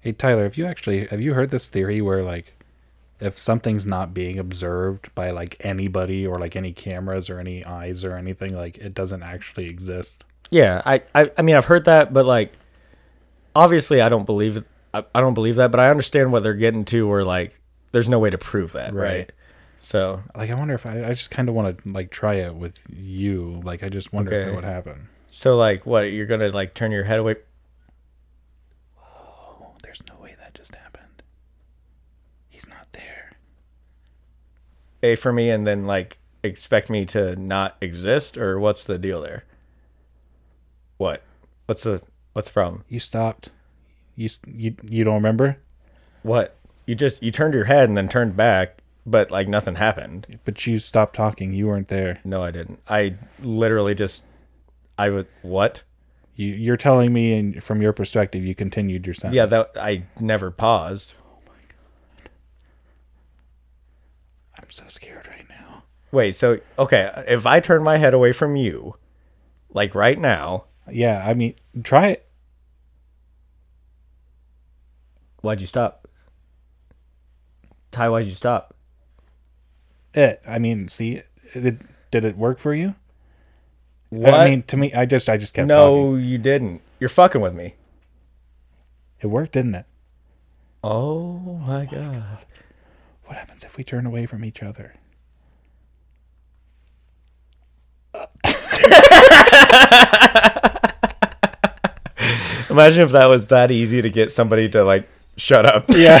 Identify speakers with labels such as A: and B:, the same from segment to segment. A: Hey Tyler, have you actually have you heard this theory where like if something's not being observed by like anybody or like any cameras or any eyes or anything, like it doesn't actually exist?
B: Yeah, I, I, I mean, I've heard that, but like, obviously, I don't believe, I, I don't believe that, but I understand what they're getting to, where like, there's no way to prove that, right?
A: Right.
B: So,
A: Like I wonder if I, I just kind of want to like try it with you. Like I just wonder if
B: Okay.
A: it would happen.
B: so like, what you're gonna like turn your head away?
A: Oh, there's no way that just happened. He's not there.
B: A for me and then like expect me to not exist or what's the deal there? What? What's the what's the problem?
A: You stopped. You s- you you don't remember,
B: What? You just you turned your head and then turned back, but like nothing happened.
A: but you stopped talking. You weren't there.
B: No, I didn't. I literally just I would what?
A: You you're telling me, and from your perspective, you continued your sentence.
B: Yeah, that I never paused.
A: I'm so scared right now.
B: Wait, so okay, if I turn my head away from you, like right now,
A: Yeah, I mean, try it.
C: Why'd you stop? Ty, why'd you stop?
A: It. I mean, see, it, did it work for you?
B: what?
A: I mean, to me, I just I just kept. talking.
B: no, you didn't. You're fucking with me.
A: it worked, didn't it?
B: Oh my god.
A: What happens if we turn away from each other?
B: Imagine if that was that easy to get somebody to like shut up
A: Yeah.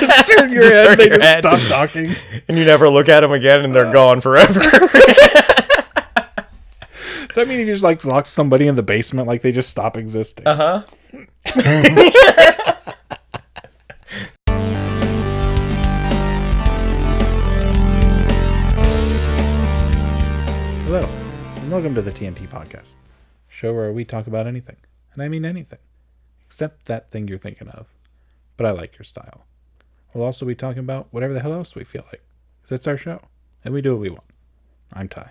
A: just turn your
B: Just
A: head.
B: turn
A: they
B: your
A: just
B: head.
A: stop talking.
B: and you never look at them again and they're gone forever.
A: Does that mean you just like lock somebody in the basement, like they just stop existing?
B: Uh-huh.
A: Hello, and welcome to the TNT podcast, show where we talk about anything, and I mean anything, except that thing you're thinking of. But I like your style. We'll also be talking about whatever the hell else we feel like, 'cause it's our show, and we do what we want. I'm Ty.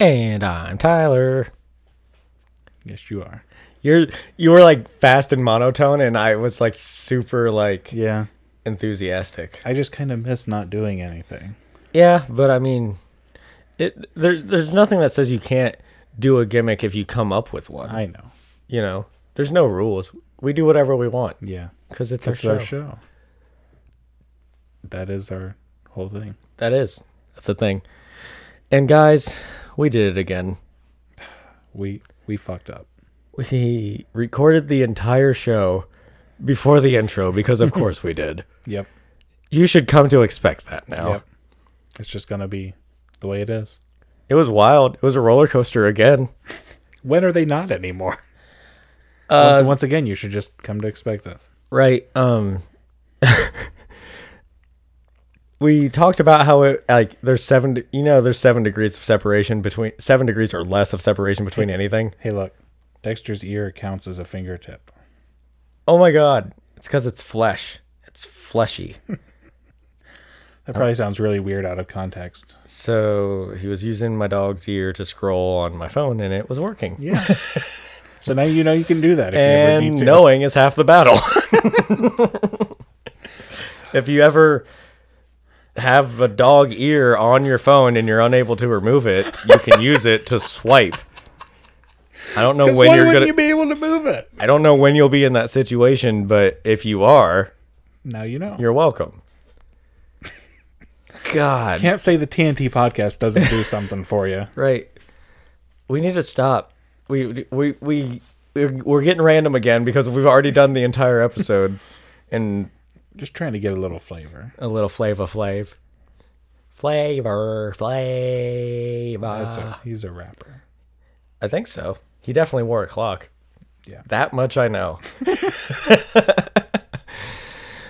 B: And I'm Tyler.
A: Yes, you are.
B: You're you were like fast and monotone and I was like super like
A: Yeah.
B: enthusiastic.
A: I just kind of miss not doing anything.
B: Yeah, but I mean it there there's nothing that says you can't do a gimmick if you come up with one.
A: I know.
B: you know. There's no rules. We do whatever we want
A: Yeah.
B: cuz it's
A: That's
B: our,
A: our
B: show.
A: show. That is our whole thing.
B: That is. That's the thing. And guys, we did it again.
A: We we fucked up.
B: We recorded the entire show before the intro because, of course, we did.
A: Yep.
B: You should come to expect that now.
A: Yep. It's just gonna be the way it is.
B: It was wild. It was a roller coaster again.
A: When are they not anymore? once, once again, you should just come to expect it.
B: Right. Um. we talked about how it like there's seven. de- You know, there's seven degrees of separation between seven degrees or less of separation between anything.
A: Hey, look, Dexter's ear counts as a fingertip.
B: Oh my god! It's because it's flesh. It's fleshy.
A: That probably sounds really weird out of context.
B: So he was using my dog's ear to scroll on my phone, and it was working.
A: Yeah. so now you know you can do that. If you ever
B: and
A: need to.
B: knowing is half the battle. if you ever have a dog ear on your phone and you're unable to remove it, you can use it to swipe. I don't know when
A: why
B: you're
A: wouldn't
B: gonna.
A: you be able to move it?
B: I don't know when you'll be in that situation, but if you are,
A: Now you know.
B: you're welcome. God,
A: can't say the TNT podcast doesn't do something for you.
B: right? We need to stop. We we we we're, we're getting random again because we've already done the entire episode, and
A: Just trying to get a little flavor.
B: a little flavor flav flavor flavor
A: That's a, he's a rapper.
B: i think so he definitely wore a clock
A: Yeah.
B: that much i know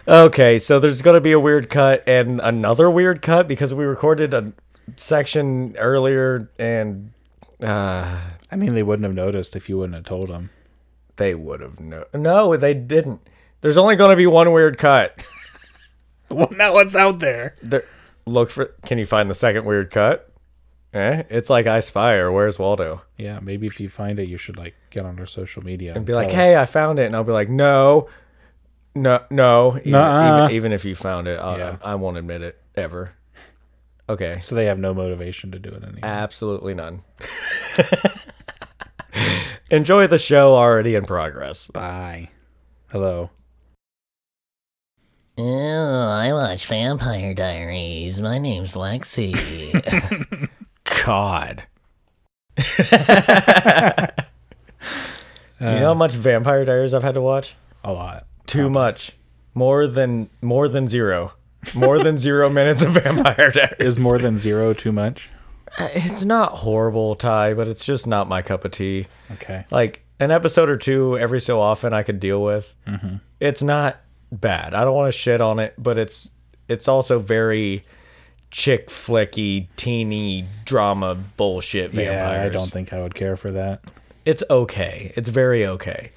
B: okay so there's going to be a weird cut and another weird cut because we recorded a section earlier and uh
A: I mean, they wouldn't have noticed if you wouldn't have told them.
B: they would have no no they didn't there's only going to be one weird cut
A: Well, now it's out there.
B: there, look for can you find the second weird cut eh it's like i spy or where's waldo
A: Yeah, maybe if you find it, you should like get on our social media
B: and be like,
A: tell us.
B: "Hey, I found it," and I'll be like, "No, No, no. Even,
A: Nuh-uh.
B: even, even if you found it, I,
A: Yeah.
B: I won't admit it ever. Okay.
A: So they have no motivation to do it anymore.
B: Absolutely none. Enjoy the show already in progress.
A: Bye. Hello.
D: Oh, I watch Vampire Diaries. My name's Lexi.
B: God. you know how much Vampire Diaries I've had to watch?
A: A lot.
B: Too much. More than more than zero. More than zero minutes of Vampire Diaries.
A: Is more than zero too much?
B: It's not horrible, Ty, but it's just not my cup of tea.
A: Okay.
B: Like an episode or two every so often, I could deal with.
A: Mm-hmm.
B: It's not bad. I don't want to shit on it, but it's it's also very chick flicky, teeny drama bullshit.
A: Yeah, I
B: vampires.
A: don't think I would care for that.
B: it's okay. It's very okay.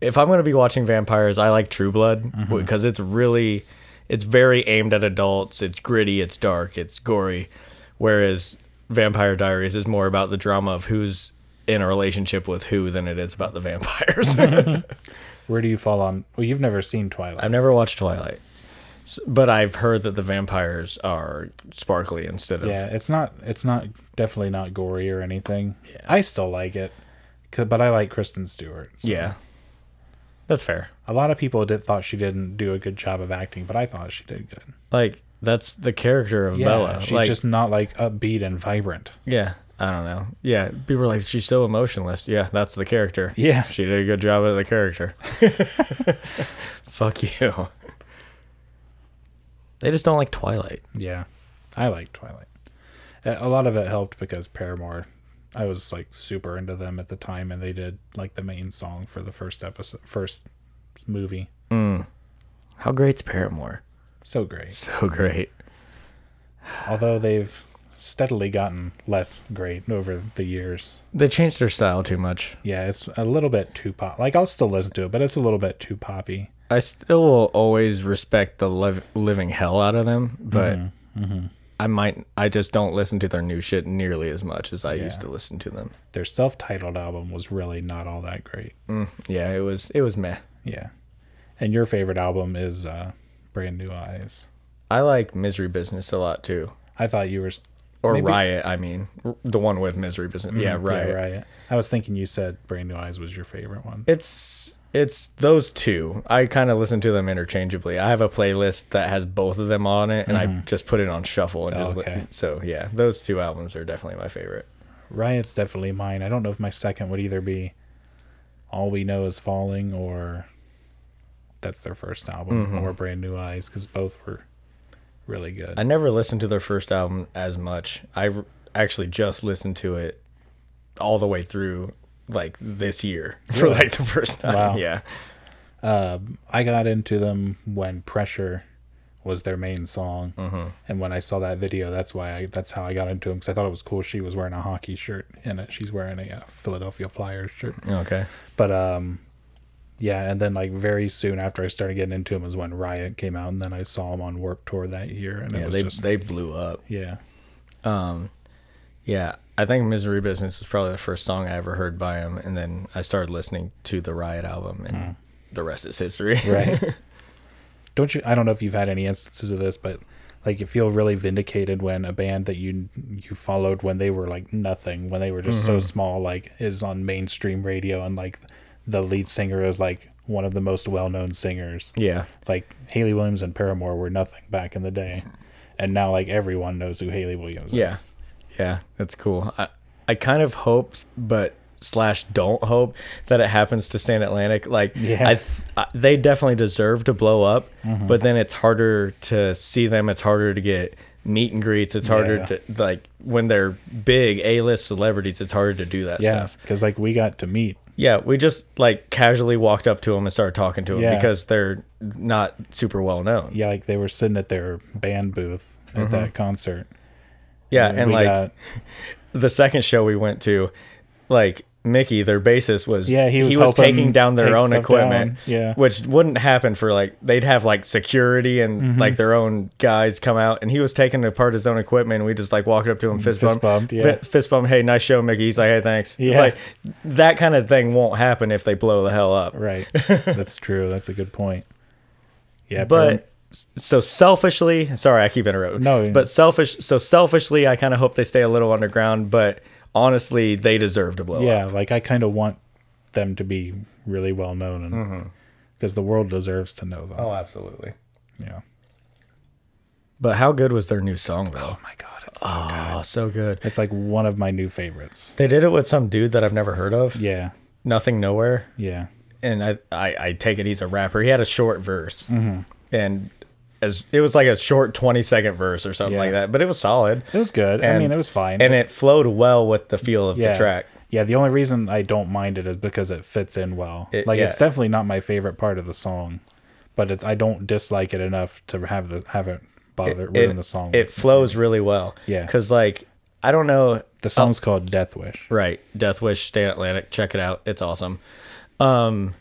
B: If I'm going to be watching vampires, I like True Blood
A: Mm-hmm.
B: because it's really, it's very aimed at adults. It's gritty, it's dark, it's gory. Whereas Vampire Diaries is more about the drama of who's in a relationship with who than it is about the vampires.
A: Where do you fall on? Well, you've never seen Twilight.
B: I've never watched Twilight, S- but I've heard that the vampires are sparkly instead of.
A: yeah, it's not. It's not definitely not gory or anything. I still like it, 'cause- but I like Kristen Stewart. so-
B: Yeah. That's fair.
A: A lot of people did thought she didn't do a good job of acting, but I thought she did good.
B: Like, that's the character of
A: Yeah,
B: Bella.
A: she's
B: like,
A: just not like upbeat and vibrant.
B: Yeah, I don't know. Yeah, people are like, she's so emotionless. Yeah, that's the character.
A: Yeah.
B: she did a good job of the character. Fuck you. They just don't like Twilight.
A: Yeah, I like Twilight. A a lot of it helped because Paramore, I was like super into them at the time, and they did like the main song for the first episode, first movie.
B: How great's Paramore?
A: So great.
B: So great.
A: Although they've steadily gotten less great over the years.
B: They changed their style too much.
A: Yeah, it's a little bit too pop. Like I'll still listen to it, but it's a little bit too poppy.
B: I still will always respect the liv- living hell out of them, but I might. I just don't listen to their new shit nearly as much as I used to listen to them.
A: Their self-titled album was really not all that great.
B: Yeah, it was. It was meh.
A: Yeah. And your favorite album is uh, Brand New Eyes.
B: I like Misery Business a lot too.
A: I thought you were s-
B: or
A: Maybe- Mm-hmm.
B: riot i mean R- the one with misery business yeah riot.
A: Riot. I was thinking you said Brand New Eyes was your favorite one.
B: it's it's those two i kind of listen to them interchangeably i have a playlist that has both of them on it and i just put it on shuffle and just
A: Mm-hmm. Oh, Okay.
B: li- so yeah those two albums are definitely my favorite
A: Riot's definitely mine. I don't know if my second would either be All We Know Is Falling or that's their first album
B: Mm-hmm.
A: or Brand New Eyes because both were really good.
B: i never listened to their first album as much i r- actually just listened to it all the way through like this year for like the first time
A: Wow.
B: yeah
A: I got into them when Pressure was their main song,
B: Mm-hmm.
A: and when I saw that video, that's why I, that's how I got into them because I thought it was cool. She was wearing a hockey shirt and it. She's wearing a uh, Philadelphia Flyers shirt.
B: okay
A: But um, yeah, and then like very soon after I started getting into him was when Riot came out, and then I saw him on Warp Tour that year, and it
B: yeah
A: was
B: they,
A: just
B: they blew up
A: yeah,
B: Yeah, I think Misery Business was probably the first song I ever heard by him, and then I started listening to the Riot album, and the rest is history.
A: Mm. right. don't you? I don't know if you've had any instances of this, but like you feel really vindicated when a band that you you followed when they were like nothing, when they were just
B: Mm-hmm.
A: so small, like is on mainstream radio, and like the lead singer is like one of the most well known singers.
B: yeah,
A: Like Haley Williams and Paramore were nothing back in the day. And now, like everyone knows who Haley Williams is.
B: yeah, yeah. That's cool. I I kind of hope, but slash don't hope that it happens to Sand Atlantic. Like,
A: Yeah. Mm-hmm.
B: I, th- I they definitely deserve to blow up, but then it's harder to see them. It's harder to get meet and greets. It's harder
A: Yeah.
B: to like when they're big A list celebrities. It's harder to do that
A: Yeah,
B: stuff.
A: because like we got to meet.
B: Yeah, we just like casually walked up to them and started talking to them
A: Yeah.
B: because they're not super well known.
A: Yeah, like they were sitting at their band booth at that concert.
B: Yeah, Mm-hmm. Uh, and
A: we
B: like
A: got-
B: the second show we went to, like Mickey, their bassist was
A: Yeah, he was helping
B: taking down their
A: take
B: own
A: stuff
B: equipment,
A: down, yeah.
B: which wouldn't happen for like they'd have like security and
A: Mm-hmm.
B: like their own guys come out, and he was taking apart his own equipment. And we just like walked up to him, fist,
A: Fist
B: bump,
A: bumped, yeah.
B: fi- fist bump, hey, nice show, Mickey. He's like, hey, thanks.
A: Yeah.
B: It's like that kind of thing won't happen if they blow the hell up.
A: right, that's true. That's a good point. Yeah,
B: but so selfishly, sorry, I keep interrupting.
A: No.
B: but selfish. So selfishly, I kind of hope they stay a little underground. But honestly, they deserve to blow up.
A: yeah, like I kind of want them to be really well known,
B: Mm-hmm.
A: and because the world deserves to know
B: Oh.
A: them.
B: absolutely.
A: Yeah.
B: But how good was their new song
A: Oh
B: though?
A: my god, it's so good.
B: Oh, so good.
A: It's like one of my new favorites.
B: They did it with some dude that I've never heard of.
A: Yeah,
B: Nothing nowhere.
A: yeah,
B: and I, I I take it he's a rapper. He had a short verse,
A: Mm-hmm.
B: and as it was like a short twenty second verse or something
A: Yeah.
B: like that, but it was solid.
A: it was good. I
B: And-
A: mean, it was fine.
B: and it flowed well with the feel of the track.
A: Yeah, the only reason I don't mind it is because it fits in well.
B: It-
A: like it's
B: yeah.
A: definitely not my favorite part of the song, but it, I don't dislike it enough to have the have it bother ruin
B: It,
A: the song.
B: it flows really well.
A: Yeah.
B: because like I don't know.
A: the song's called Death Wish.
B: Right, Death Wish, Stay Atlantic. Check it out. It's awesome. Um,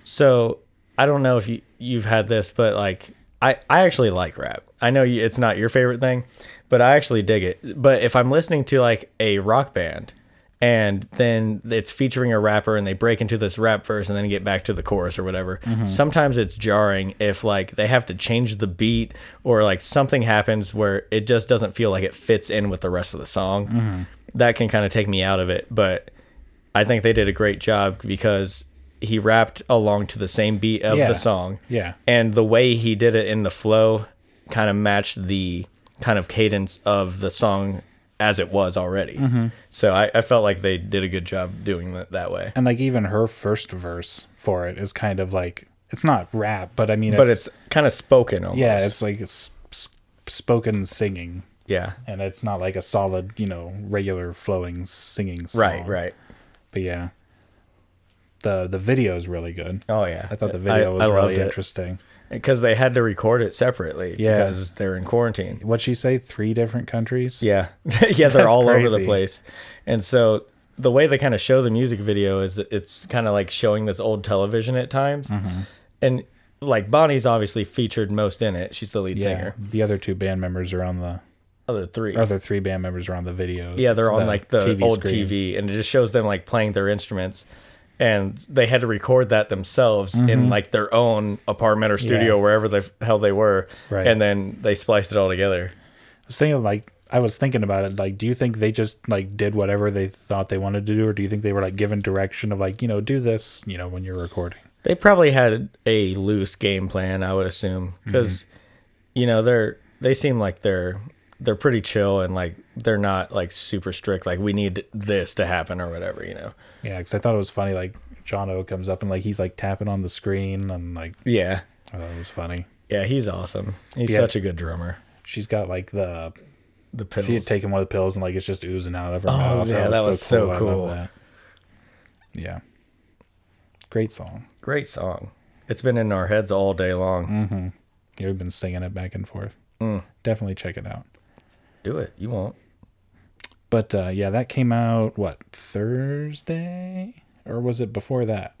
B: so I don't know if you you've had this, but like I I actually like rap. I know you, it's not your favorite thing, but I actually dig it. But if I'm listening to like a rock band and then it's featuring a rapper and they break into this rap verse and then get back to the chorus or whatever. Sometimes it's jarring if like they have to change the beat or like something happens where it just doesn't feel like it fits in with the rest of the song. That can kind of take me out of it, but I think they did a great job because he rapped along to the same beat of
A: Yeah.
B: the song.
A: Yeah.
B: And the way he did it in the flow kind of matched the kind of cadence of the song as it was already.
A: Mm-hmm.
B: So I, I felt like they did a good job doing it that way.
A: And like even her first verse for it is kind of like it's not rap, but I mean,
B: But it's kind of spoken almost.
A: yeah, it's like s- s- spoken singing,
B: yeah.
A: and it's not like a solid, you know, regular flowing singing. Song.
B: Right, right.
A: But yeah, the the video is really good.
B: Oh, yeah.
A: I thought the video was really interesting.
B: Because they had to record it separately
A: Yeah.
B: because they're in quarantine.
A: What'd she say? Three different countries?
B: Yeah. yeah, they're
A: That's
B: all over the
A: crazy.
B: place. And so the way they kind of show the music video is that it's kind of like showing this old television at times.
A: Mm-hmm.
B: And like Bonnie's obviously featured most in it. She's the lead
A: Yeah.
B: singer
A: The other two band members are on the
B: of the three.
A: other three band members are on the video.
B: yeah, they're on like the old
A: screens.
B: TV and it just shows them like playing their instruments. And they had to record that themselves in like their own apartment or studio,
A: Mm-hmm. Yeah.
B: wherever the hell they were.
A: Right.
B: And then they spliced it all together.
A: I was thinking like I was thinking about it. Like, do you think they just like did whatever they thought they wanted to do, or do you think they were like given direction of like you know do this you know when you're recording?
B: They probably had a loose game plan, I would assume, because you know they're they seem like they're they're pretty chill and like they're not like super strict. Like we need this to happen or whatever, you know.
A: Yeah, because I thought it was funny. Like John O comes up and like he's like tapping on the screen and like
B: Yeah,
A: I thought it was funny.
B: yeah, he's awesome. He's
A: Yeah.
B: such a good drummer.
A: She's got like the
B: The
A: she had
B: Piddles.
A: taken one of the pills and like it's just oozing out of her mouth.
B: Oh, yeah, that was so
A: I love
B: cool.
A: that. Yeah, great song.
B: Great song. It's been in our heads all day long.
A: Yeah, we've been singing it back and forth.
B: Mm.
A: Definitely check it out.
B: Do it. You won't.
A: But uh, yeah, that came out what Thursday or was it before that?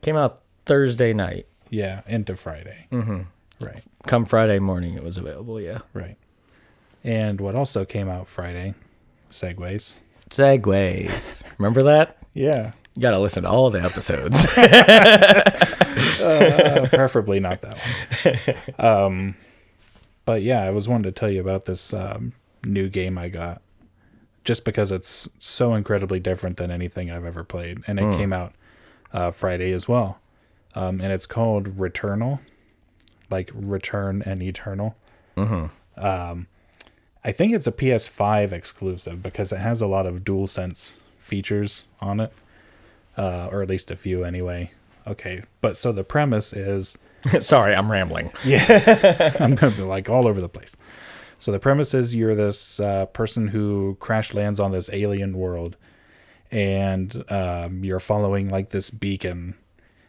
B: Came out Thursday night.
A: Yeah, into Friday. Mm-hmm. Right,
B: Come Friday morning, it was available. Yeah.
A: right. And what also came out Friday? Segways.
B: Segways. Remember that?
A: Yeah,
B: You gotta listen to all the episodes.
A: Uh, preferably not that one. Um, but yeah, I was wanting to tell you about this um, new game I got, just because it's so incredibly different than anything I've ever played, and it came out uh, Friday as well, um, and it's called Returnal, like Return and Eternal. Mm-hmm. Um, I think it's a PS5 exclusive because it has a lot of DualSense features on it uh, or at least a few anyway. Okay, but so the premise is
B: Sorry, I'm rambling.
A: I'm gonna be like all over the place. So the premise is you're this uh, person who crash lands on this alien world, and um, you're following like this beacon,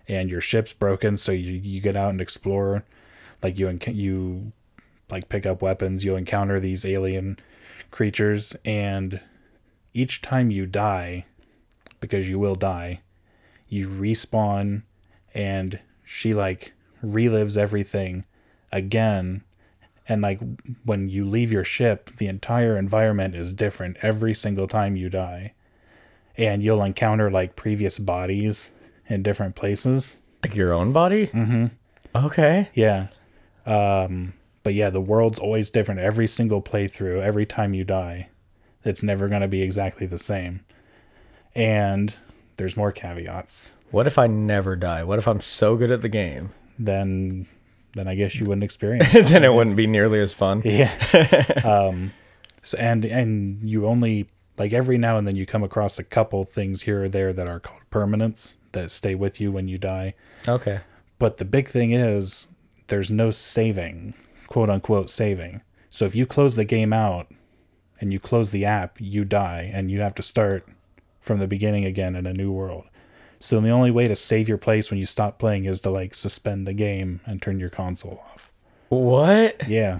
A: and your ship's broken, so you you get out and explore, like you enc- you like pick up weapons, you encounter these alien creatures, and each time you die, because you will die, you respawn and she like relives everything again and like when you leave your ship the entire environment is different every single time you die and you'll encounter like previous bodies in different places
B: Like your own body? Mm-hmm. Okay.
A: yeah Um, but yeah, the world's always different. Every single playthrough, every time you die, it's never going to be exactly the same. And there's more caveats.
B: What if I never die? What if I'm so good at the game?
A: Then, then I guess you wouldn't experience. it.
B: then it wouldn't be nearly as fun.
A: yeah. Um. So, and and you only like every now and then you come across a couple things here or there that are called permanents that stay with you when you die.
B: Okay.
A: But the big thing is there's no saving, quote unquote saving. So if you close the game out and you close the app, you die and you have to start from the beginning again in a new world. So the only way to save your place when you stop playing is to like suspend the game and turn your console off.
B: What?
A: Yeah.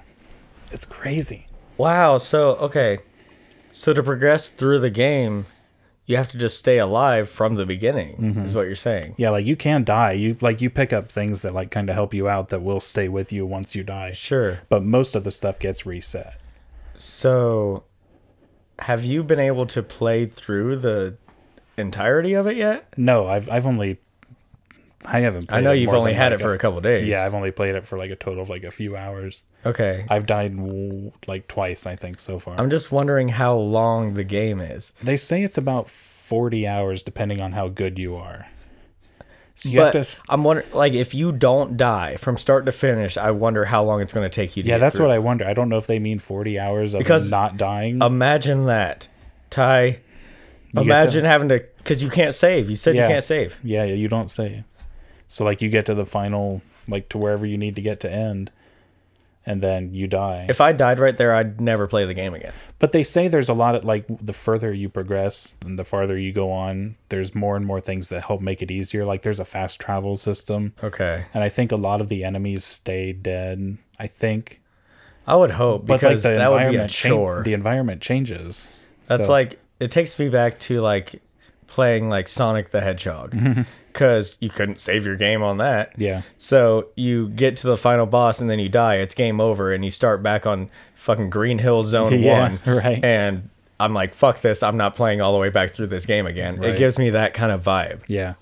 A: It's crazy.
B: Wow. So okay. So to progress through the game, you have to just stay alive from the beginning. Is what you're saying?
A: Yeah, like you can die. You like you pick up things that like kind of help you out that will stay with you once you die.
B: Sure.
A: But most of the stuff gets reset.
B: So, have you been able to play through the entirety of it yet?
A: No, I've I've only I haven't. Played
B: I know
A: it
B: you've
A: more
B: only
A: than,
B: had
A: like,
B: it for a couple days.
A: Yeah, I've only played it for like a total of like a few hours.
B: Okay.
A: I've died w- like twice, I think, so far.
B: I'm just wondering how long the game is.
A: they say it's about forty hours, depending on how good you are. So you have
B: but
A: to. s-
B: I'm wondering, like, if you don't die from start to finish, I wonder how long it's going to take you. to
A: Yeah,
B: get
A: that's
B: through.
A: what I wonder. I don't know if they mean forty hours of
B: Because,
A: not dying.
B: Imagine that, Ty.
A: to-
B: Imagine having to, because you can't save. You said
A: Yeah.
B: you can't save.
A: Yeah, you don't say. So like you get to the final, like to wherever you need to get to end, and then you die.
B: If I died right there, I'd never play the game again.
A: But they say there's a lot of like the further you progress and the farther you go on, there's more and more things that help make it easier. Like there's a fast travel system,
B: Okay.
A: and I think a lot of the enemies stay dead. I think,
B: I would hope
A: but
B: because
A: like the
B: that would be a
A: environment
B: chore.
A: change. The environment changes.
B: That's
A: So-
B: like it takes me back to like playing like Sonic the
A: Mm-hmm.
B: Hedgehog because you couldn't save your game on that.
A: Yeah.
B: So you get to the final boss and then you die. It's game over and you start back on fucking Green Hill Zone
A: Yeah,
B: One.
A: right.
B: And I'm like, fuck this. I'm not playing all the way back through this game again. It
A: Right.
B: gives me that kind of vibe.
A: Yeah.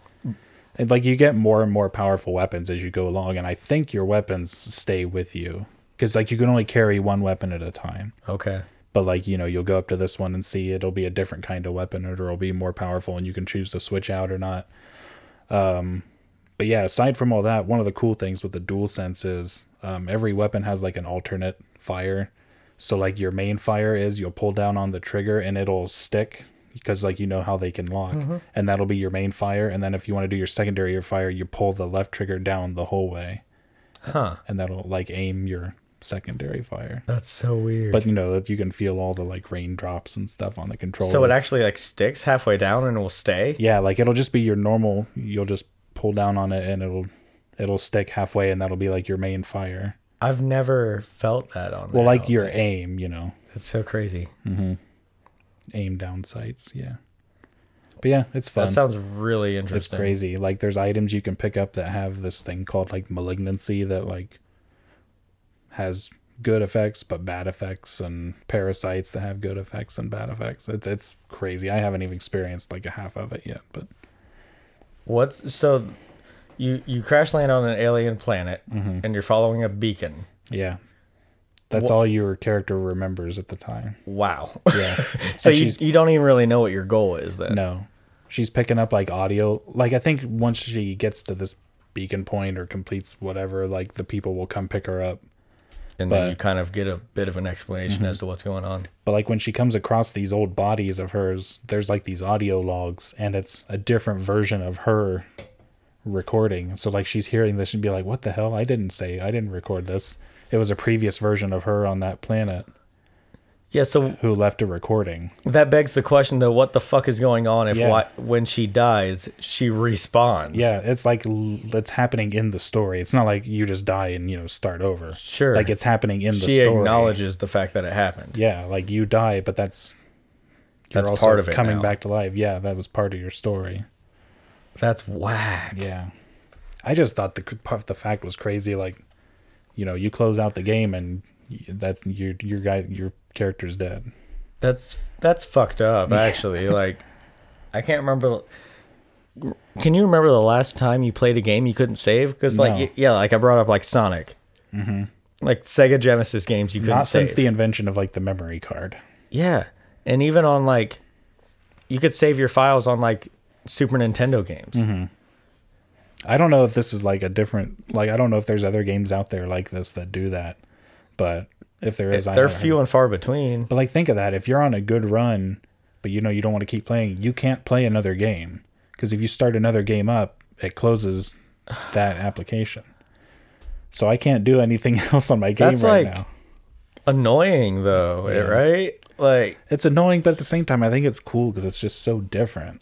A: And like you get more and more powerful weapons as you go along, and I think your weapons stay with you because like you can only carry one weapon at a time.
B: Okay.
A: But like you know, you'll go up to this one and see it'll be a different kind of weapon, or it'll be more powerful, and you can choose to switch out or not. Um, but yeah, aside from all that, one of the cool things with the dual sense is um, every weapon has like an alternate fire. So like your main fire is you'll pull down on the trigger and it'll stick because like you know how they can lock and that'll be your main fire and then if you want to do your secondary fire you pull the left trigger down the whole way
B: Huh.
A: and that'll like aim your secondary fire
B: That's so weird.
A: but you know that you can feel all the like raindrops and stuff on the controller
B: so it actually like sticks halfway down and will stay.
A: yeah like it'll just be your normal you'll just pull down on it and it'll it'll stick halfway and that'll be like your main fire
B: I've never felt that on.
A: well
B: there, I
A: like
B: don't
A: your
B: think.
A: aim you know
B: That's so crazy.
A: aim down sights yeah but yeah it's fun
B: That sounds really
A: it's
B: interesting.
A: crazy like there's items you can pick up that have this thing called like malignancy that like has good effects but bad effects and parasites that have good effects and bad effects it's it's crazy i haven't even experienced like a half of it yet but
B: What's so you you crash land on an alien planet
A: Mm-hmm.
B: and you're following a beacon.
A: yeah that's all your character remembers at the time
B: Wow.
A: yeah
B: so
A: And
B: you,
A: she's-
B: you don't even really know what your goal is then.
A: No. She's picking up like audio. Like I think once she gets to this beacon point or completes whatever, like the people will come pick her up.
B: and then
A: but-
B: you kind of get a bit of an explanation as to what's going on.
A: But like when she comes across these old bodies of hers, there's like these audio logs and it's a different version of her recording. So like she's hearing this and be like, "What the hell? I didn't say. I didn't record this. It was a previous version of her on that planet
B: Yeah, so
A: who left a recording."
B: that begs the question though, what the fuck is going on if
A: Yeah.
B: why, when she dies, she respawns?
A: Yeah, it's like l- it's happening in the story. It's not like you just die and, you know, start over.
B: Sure.
A: Like it's happening in the
B: She
A: story.
B: acknowledges the fact that it happened.
A: yeah like you die but that's you're
B: That's
A: also
B: part of it
A: coming
B: now.
A: back to life yeah that was part of your story
B: That's whack.
A: yeah i just thought the c- the fact was crazy like you know you close out the game and y- that's your your guy your character's dead
B: That's that's fucked up actually. like I can't remember Can you remember the last time you played a game you couldn't save cuz like
A: No.
B: y- yeah, like I brought up like Sonic. like Sega Genesis games you couldn't
A: Not since
B: save.
A: the invention of like the memory card.
B: yeah, and even on like you could save your files on like Super Nintendo games.
A: Mm-hmm. I don't know if this is like a different like I don't know if there's other games out there like this that do that, but if there is, I
B: They're
A: haven't heard
B: few and far between.
A: But like, think of that. If you're on a good run, but you know you don't want to keep playing, you can't play another game because if you start another game up, it closes that application. So I can't do anything else on my game
B: That's
A: right
B: like-
A: now.
B: Annoying though, right? Like
A: It's annoying, but at the same time, I think it's cool because it's just so different.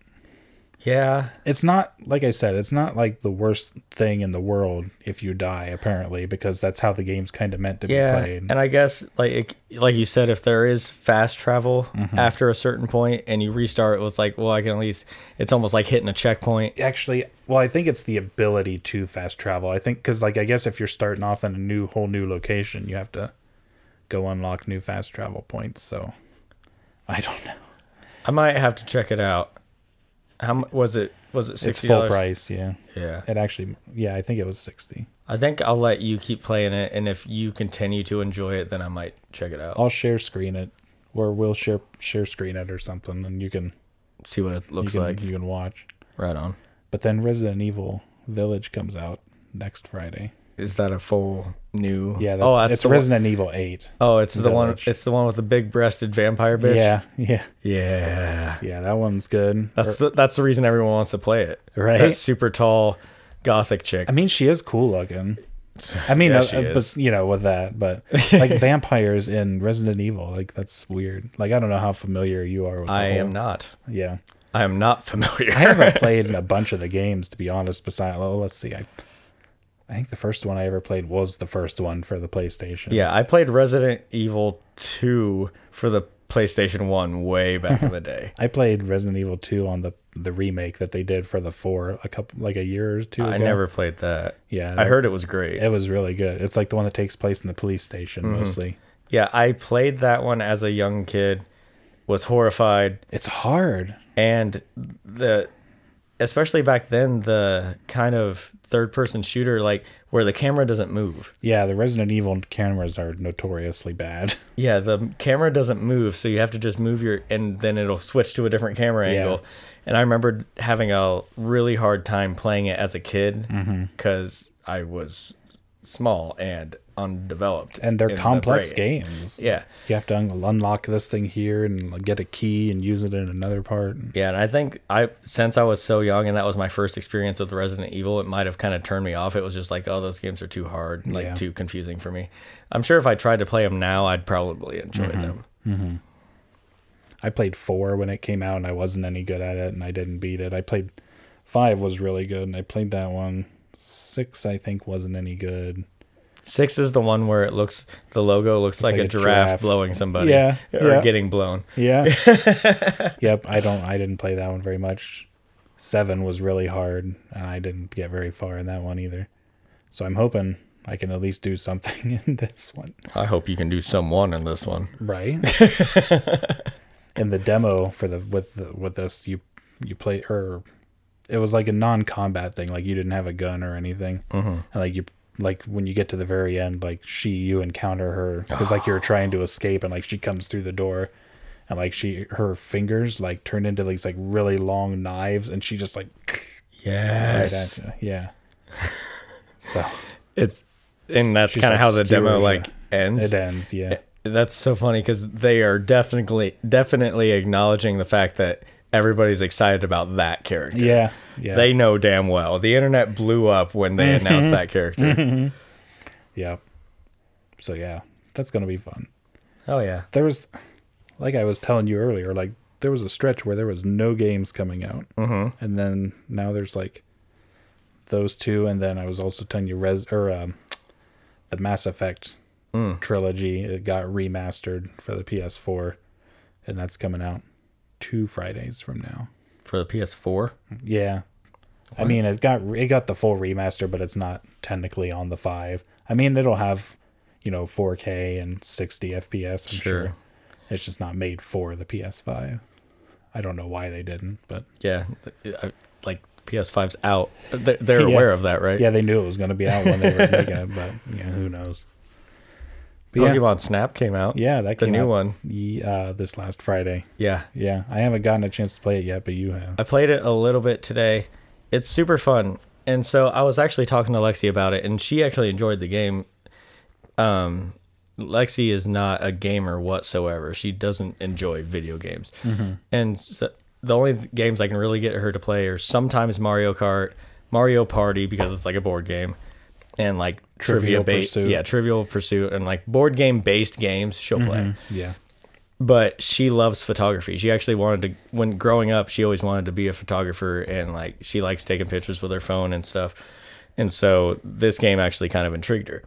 B: yeah,
A: It's not like I said. It's not like the worst thing in the world if you die, apparently, because that's how the game's kind of meant to
B: yeah.
A: be played.
B: And I guess like it, like you said, if there is fast travel
A: Mm-hmm.
B: after a certain point and you restart, it's like well, I can at least. It's almost like hitting a checkpoint.
A: actually well i think it's the ability to fast travel i think because like i guess if you're starting off in a new whole new location you have to go unlock new fast travel points so i don't know
B: I might have to check it out. How mu- was it? Was it
A: it's
B: sixty
A: full
B: dollars?
A: price yeah
B: Yeah.
A: it actually yeah i think it was 60
B: I think I'll let you keep playing it, and if you continue to enjoy it, then I might check it out.
A: i'll share screen it or we'll share share screen it or something and you can
B: see what it
A: you
B: looks
A: can,
B: like.
A: you can watch
B: Right on.
A: but then resident evil village comes out next friday
B: Is that a full new?
A: yeah that's,
B: oh, that's
A: it's
B: the one.
A: resident evil 8
B: Oh, it's the one.
A: Village.
B: It's the one with the big-breasted vampire bitch.
A: yeah yeah
B: Yeah.
A: yeah that one's good
B: That's the that's the reason everyone wants to play it.
A: Er Right?
B: That super tall gothic chick.
A: I mean, she is cool looking. I mean,
B: Yeah,
A: uh,
B: she
A: uh,
B: is.
A: bes- you know, with that, but like vampires in Resident Evil, like that's weird. Like I don't know how familiar you are with. the
B: I am
A: whole-
B: not.
A: Yeah,
B: I am not familiar.
A: I haven't played in a bunch of the games to be honest. Besides, well, let's see, I, I think the first one I ever played was the first one for the PlayStation.
B: yeah, I played Resident Evil 2 for the PlayStation 1 way back in the day.
A: I played Resident Evil Two on the the remake that they did for the four a couple like a year or two.
B: I
A: ago.
B: never played that.
A: Yeah,
B: I heard it was great.
A: it was really good. It's like the one that takes place in the police station
B: Mm-hmm.
A: mostly.
B: Yeah, I played that one as a young kid, was horrified,
A: It's hard.
B: and the especially back then the kind of third person shooter like where the camera doesn't move.
A: Yeah, the Resident Evil cameras are notoriously bad.
B: Yeah, the camera doesn't move, so you have to just move your and then it'll switch to a different camera
A: Yeah.
B: angle. And I remember having a really hard time playing it as a kid
A: Mm-hmm.
B: because I was small and undeveloped.
A: And they're
B: in the
A: complex
B: brain.
A: games.
B: Yeah.
A: You have to un- unlock this thing here and like, get a key and use it in another part.
B: Yeah, and I think I since I was so young and that was my first experience with Resident Evil, it might have kind of turned me off. It was just like, oh, those games are too hard, and, like
A: Yeah.
B: too confusing for me. I'm sure if I tried to play them now, I'd probably enjoy
A: Mm-hmm.
B: them.
A: I played 4 when it came out and I wasn't any good at it and I didn't beat it. I played 5 was really good and I played that one. 6 I think wasn't any good.
B: Six is the one where it looks the logo looks like,
A: like
B: a,
A: a
B: giraffe,
A: giraffe.
B: blowing somebody,
A: Yeah,
B: or
A: yeah.
B: getting blown.
A: Yeah. yep, I don't I didn't play that one very much. 7 was really hard and I didn't get very far in that one either. So I'm hoping I can at least do something in this one.
B: I hope you can do someone in this one.
A: right in the demo for the with the, with this you you play or it was like a non-combat thing like you didn't have a gun or anything and like you like when you get to the very end like she you encounter her because like you're trying to escape and like she comes through the door and like she her fingers like turn into these like really long knives and she just like right
B: Yes,
A: at you. yeah so
B: it's and that's
A: She's
B: kind of
A: like
B: how the demo
A: skewers,
B: like ends.
A: it ends yeah
B: That's so funny because they are definitely definitely acknowledging the fact that everybody's excited about that character.
A: yeah yeah Mm-hmm.
B: They know damn well. The internet blew up when they announced that character.
A: yeah so yeah that's gonna be fun
B: oh yeah.
A: there was like i was telling you earlier like there was a stretch where there was no games coming out mm-hmm. and then now there's like those two and then i was also telling you res or um, the mass effect trilogy it got remastered for the ps4 and that's coming out two fridays from now
B: For the PS4.
A: yeah i mean it got it got the full remaster but it's not technically on the five i mean it'll have you know 4k and 60 fps i'm sure.
B: Sure.
A: It's just not made for the PS5. I don't know why they didn't, but
B: Yeah. I- Like PS5's out. They're, they're
A: Yeah.
B: aware of that, right?
A: yeah, they knew it was going to be out when they were making it, but yeah, who knows? But yeah,
B: Pokemon Snap came out.
A: yeah, that
B: the
A: came
B: new
A: out,
B: one.
A: ye- uh, this last Friday.
B: Yeah.
A: Yeah, I haven't gotten a chance to play it yet, but you have.
B: I played it a little bit today. It's super fun. And so I was actually talking to Lexi about it, and she actually enjoyed the game. Um, Lexi is not a gamer whatsoever. She doesn't enjoy video games.
A: Mm-hmm.
B: And so the only th- games I can really get her to play are sometimes Mario Kart, Mario Party, because it's like a board game, and like
A: Trivial
B: trivia based.
A: Pursuit.
B: Yeah, Trivial Pursuit, and like board game based games she'll
A: Mm-hmm.
B: play
A: Yeah.
B: but she loves photography. She actually wanted to when growing up, she always wanted to be a photographer and like she likes taking pictures with her phone and stuff. And so this game actually kind of intrigued her.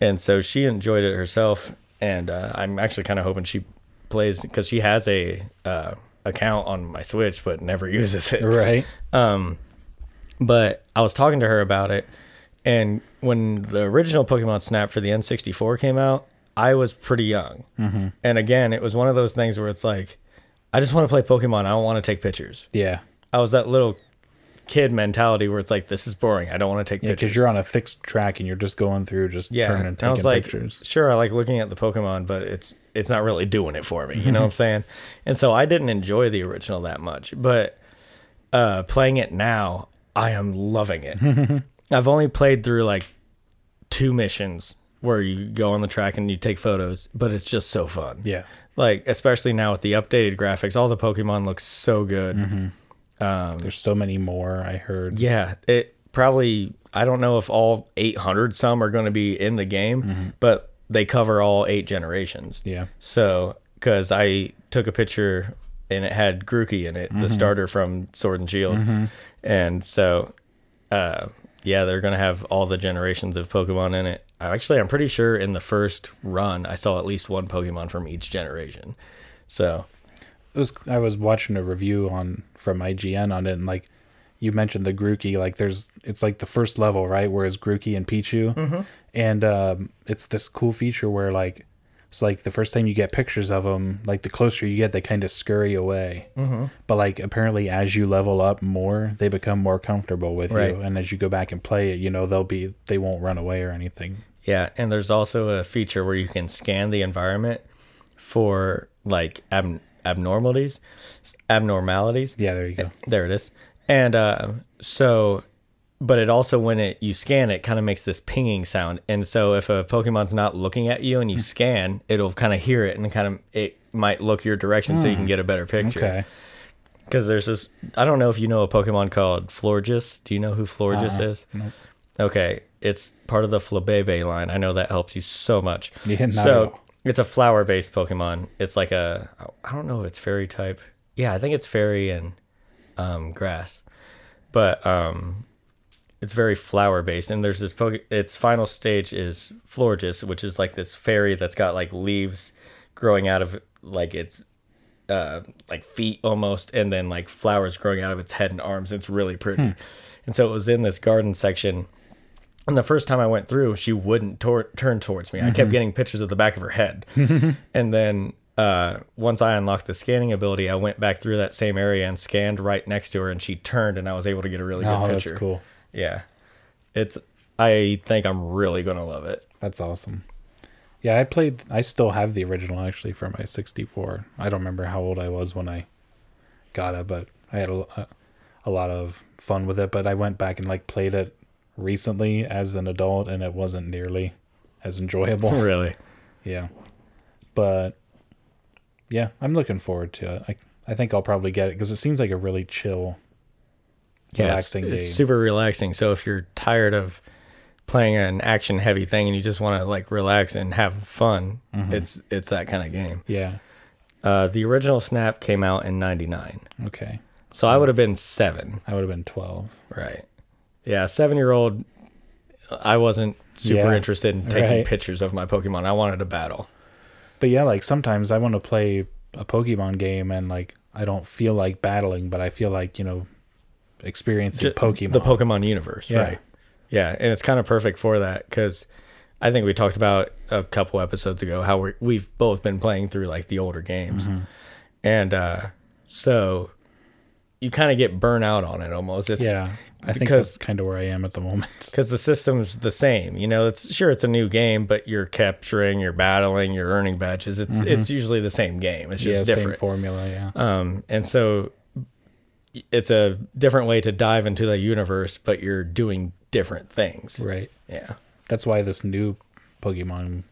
B: And so she enjoyed it herself and uh, I'm actually kind of hoping she plays cuz she has a uh, account on my Switch but never uses it
A: Right.
B: but I was talking to her about it, and when the original Pokemon Snap for the N64 came out, I was pretty young. Mm-hmm. And again, it was one of those things where it's like, I just want to play Pokemon. I don't want to take pictures.
A: Yeah.
B: I was that little kid mentality where it's like, this is boring. I don't want to take
A: Because
B: pictures.
A: you're on a fixed track and you're just going through, just
B: yeah.
A: turning and
B: and
A: taking
B: I was like,
A: pictures.
B: sure, I like looking at the Pokemon, but it's it's not really doing it for me. You know what I'm saying? And so I didn't enjoy the original that much, but uh, playing it now, I am loving it. I've only played through like two missions where you go on the track and you take photos, but it's just so fun.
A: Yeah.
B: Like especially now with the updated graphics, all the Pokemon look so good.
A: There's so many more I heard.
B: Yeah, it probably. I don't know if all 800 some are going to be in the game, but they cover all eight generations.
A: Yeah.
B: So, because I took a picture and it had Grookey in it, the starter from Sword and Shield, and so, uh, yeah, they're going to have all the generations of Pokemon in it. I actually, I'm pretty sure in the first run, I saw at least one Pokemon from each generation. So,
A: It was I was watching a review on from IGN on it and like you mentioned the Grookey, like there's it's like the first level, right? Where it's Grookey and Pichu.
B: Mm-hmm.
A: And um, it's this cool feature where like it's like the first time you get pictures of them, like the closer you get, they kind of scurry away. Mm-hmm. But like apparently, as you level up more, they become more comfortable with
B: Right.
A: you, and as you go back and play it, you know they'll be they won't run away or anything.
B: Yeah, and there's also a feature where you can scan the environment for like ab- abnormalities, abnormalities.
A: Yeah, there you go.
B: There it is. And uh, so, but it also when it you scan it kind of makes this pinging sound. And so if a Pokemon's not looking at you and you scan, it'll kind of hear it and kind of it might look your direction so you can get a better picture.
A: Okay.
B: Because there's this, I don't know if you know a Pokemon called Florgis. Do you know who
A: Uh-huh.
B: Florgis is? Okay, it's part of the Flabébé line. I know that helps you so much.
A: Yeah, not at
B: so
A: all.
B: it's a flower-based Pokemon. It's like a, I don't know if it's fairy type. Yeah, I think it's fairy and um, grass, but um, it's very flower based and there's this poke its final stage is florgis which is like this fairy that's got like leaves growing out of like its uh like feet almost and then like flowers growing out of its head and arms it's really pretty
A: Hmm.
B: and so it was in this garden section and the first time I went through, she wouldn't tor- turn towards me. I
A: Mm-hmm.
B: kept getting pictures of the back of her head. and then uh, once I unlocked the scanning ability, I went back through that same area and scanned right next to her, and she turned, and I was able to get a really good
A: Oh, that's
B: picture.
A: cool.
B: Yeah. It's I think I'm really going to love it.
A: That's awesome. Yeah, I played. I still have the original actually for my 64. I don't remember how old I was when I got it, but I had a, lo- a, a lot of fun with it. But I went back and like played it recently as an adult, and it wasn't nearly as enjoyable.
B: Really?
A: yeah, but yeah, I'm looking forward to it. I I think I'll probably get it because it seems like a really chill.
B: Yeah.
A: Relaxing
B: it's, it's
A: game.
B: super relaxing. So if you're tired of playing an action heavy thing and you just want to like relax and have fun,
A: Mm-hmm.
B: it's it's that kind of game.
A: Yeah.
B: Uh, the original Snap came out in 99.
A: Okay.
B: So I would have been 7,
A: I would have been 12.
B: right? Yeah, 7-year-old I wasn't super
A: Yeah,
B: interested in taking
A: right.
B: pictures of my Pokemon. I wanted to battle.
A: But yeah, like sometimes I want to play a Pokemon game and like I don't feel like battling, but I feel like, you know, experiencing
B: Ju-
A: Pokemon.
B: The Pokemon universe,
A: Yeah.
B: right? Yeah, and it's kind of perfect for that because I think we talked about a couple episodes ago how we we've both been playing through like the older games,
A: Mm-hmm.
B: and uh, so you kind of get burnout on it almost. It's,
A: yeah. I think
B: Because-
A: that's kind of where I am at the moment.
B: because the system's the same. You know, it's sure it's a new game, but you're capturing, you're battling, you're earning badges. It's it's usually the same game. It's
A: Mm-hmm. Yeah,
B: just
A: same
B: different.
A: formula. Yeah.
B: Um, and so it's a different way to dive into the universe, but you're doing different things.
A: Right.
B: Yeah.
A: That's why this new Pokemon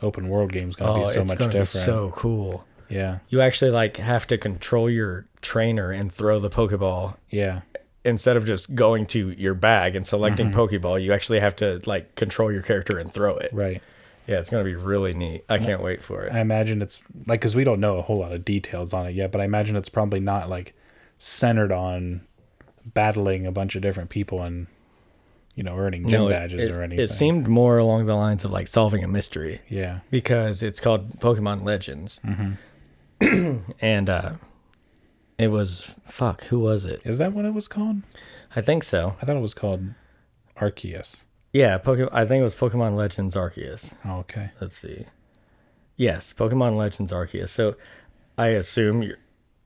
A: open world game is going to be so much
B: Oh, gonna
A: different.
B: so cool.
A: yeah.
B: You actually like have to control your trainer and throw the Pokeball
A: Yeah.
B: instead of just going to your bag and selecting Pokeball. You actually have to like control your character and throw it.
A: Mm-hmm. Right.
B: Yeah, it's gonna be really neat. I can't wait for it.
A: I imagine it's like because we don't know a whole lot of details on it yet, but I imagine it's probably not like centered on battling a bunch of different people and you know earning gym
B: No, it-
A: badges
B: it,
A: or anything.
B: It seemed more along the lines of like solving a mystery
A: yeah,
B: because it's called Pokemon Legends,
A: Mm-hmm.
B: and uh, it was fuck. Who was it?
A: is that what it was called?
B: I think so.
A: I thought it was called Arceus.
B: Yeah, Poke- I think it was Pokemon Legends Arceus.
A: Oh, okay,
B: Let's see. Yes, Pokemon Legends Arceus. So I assume you're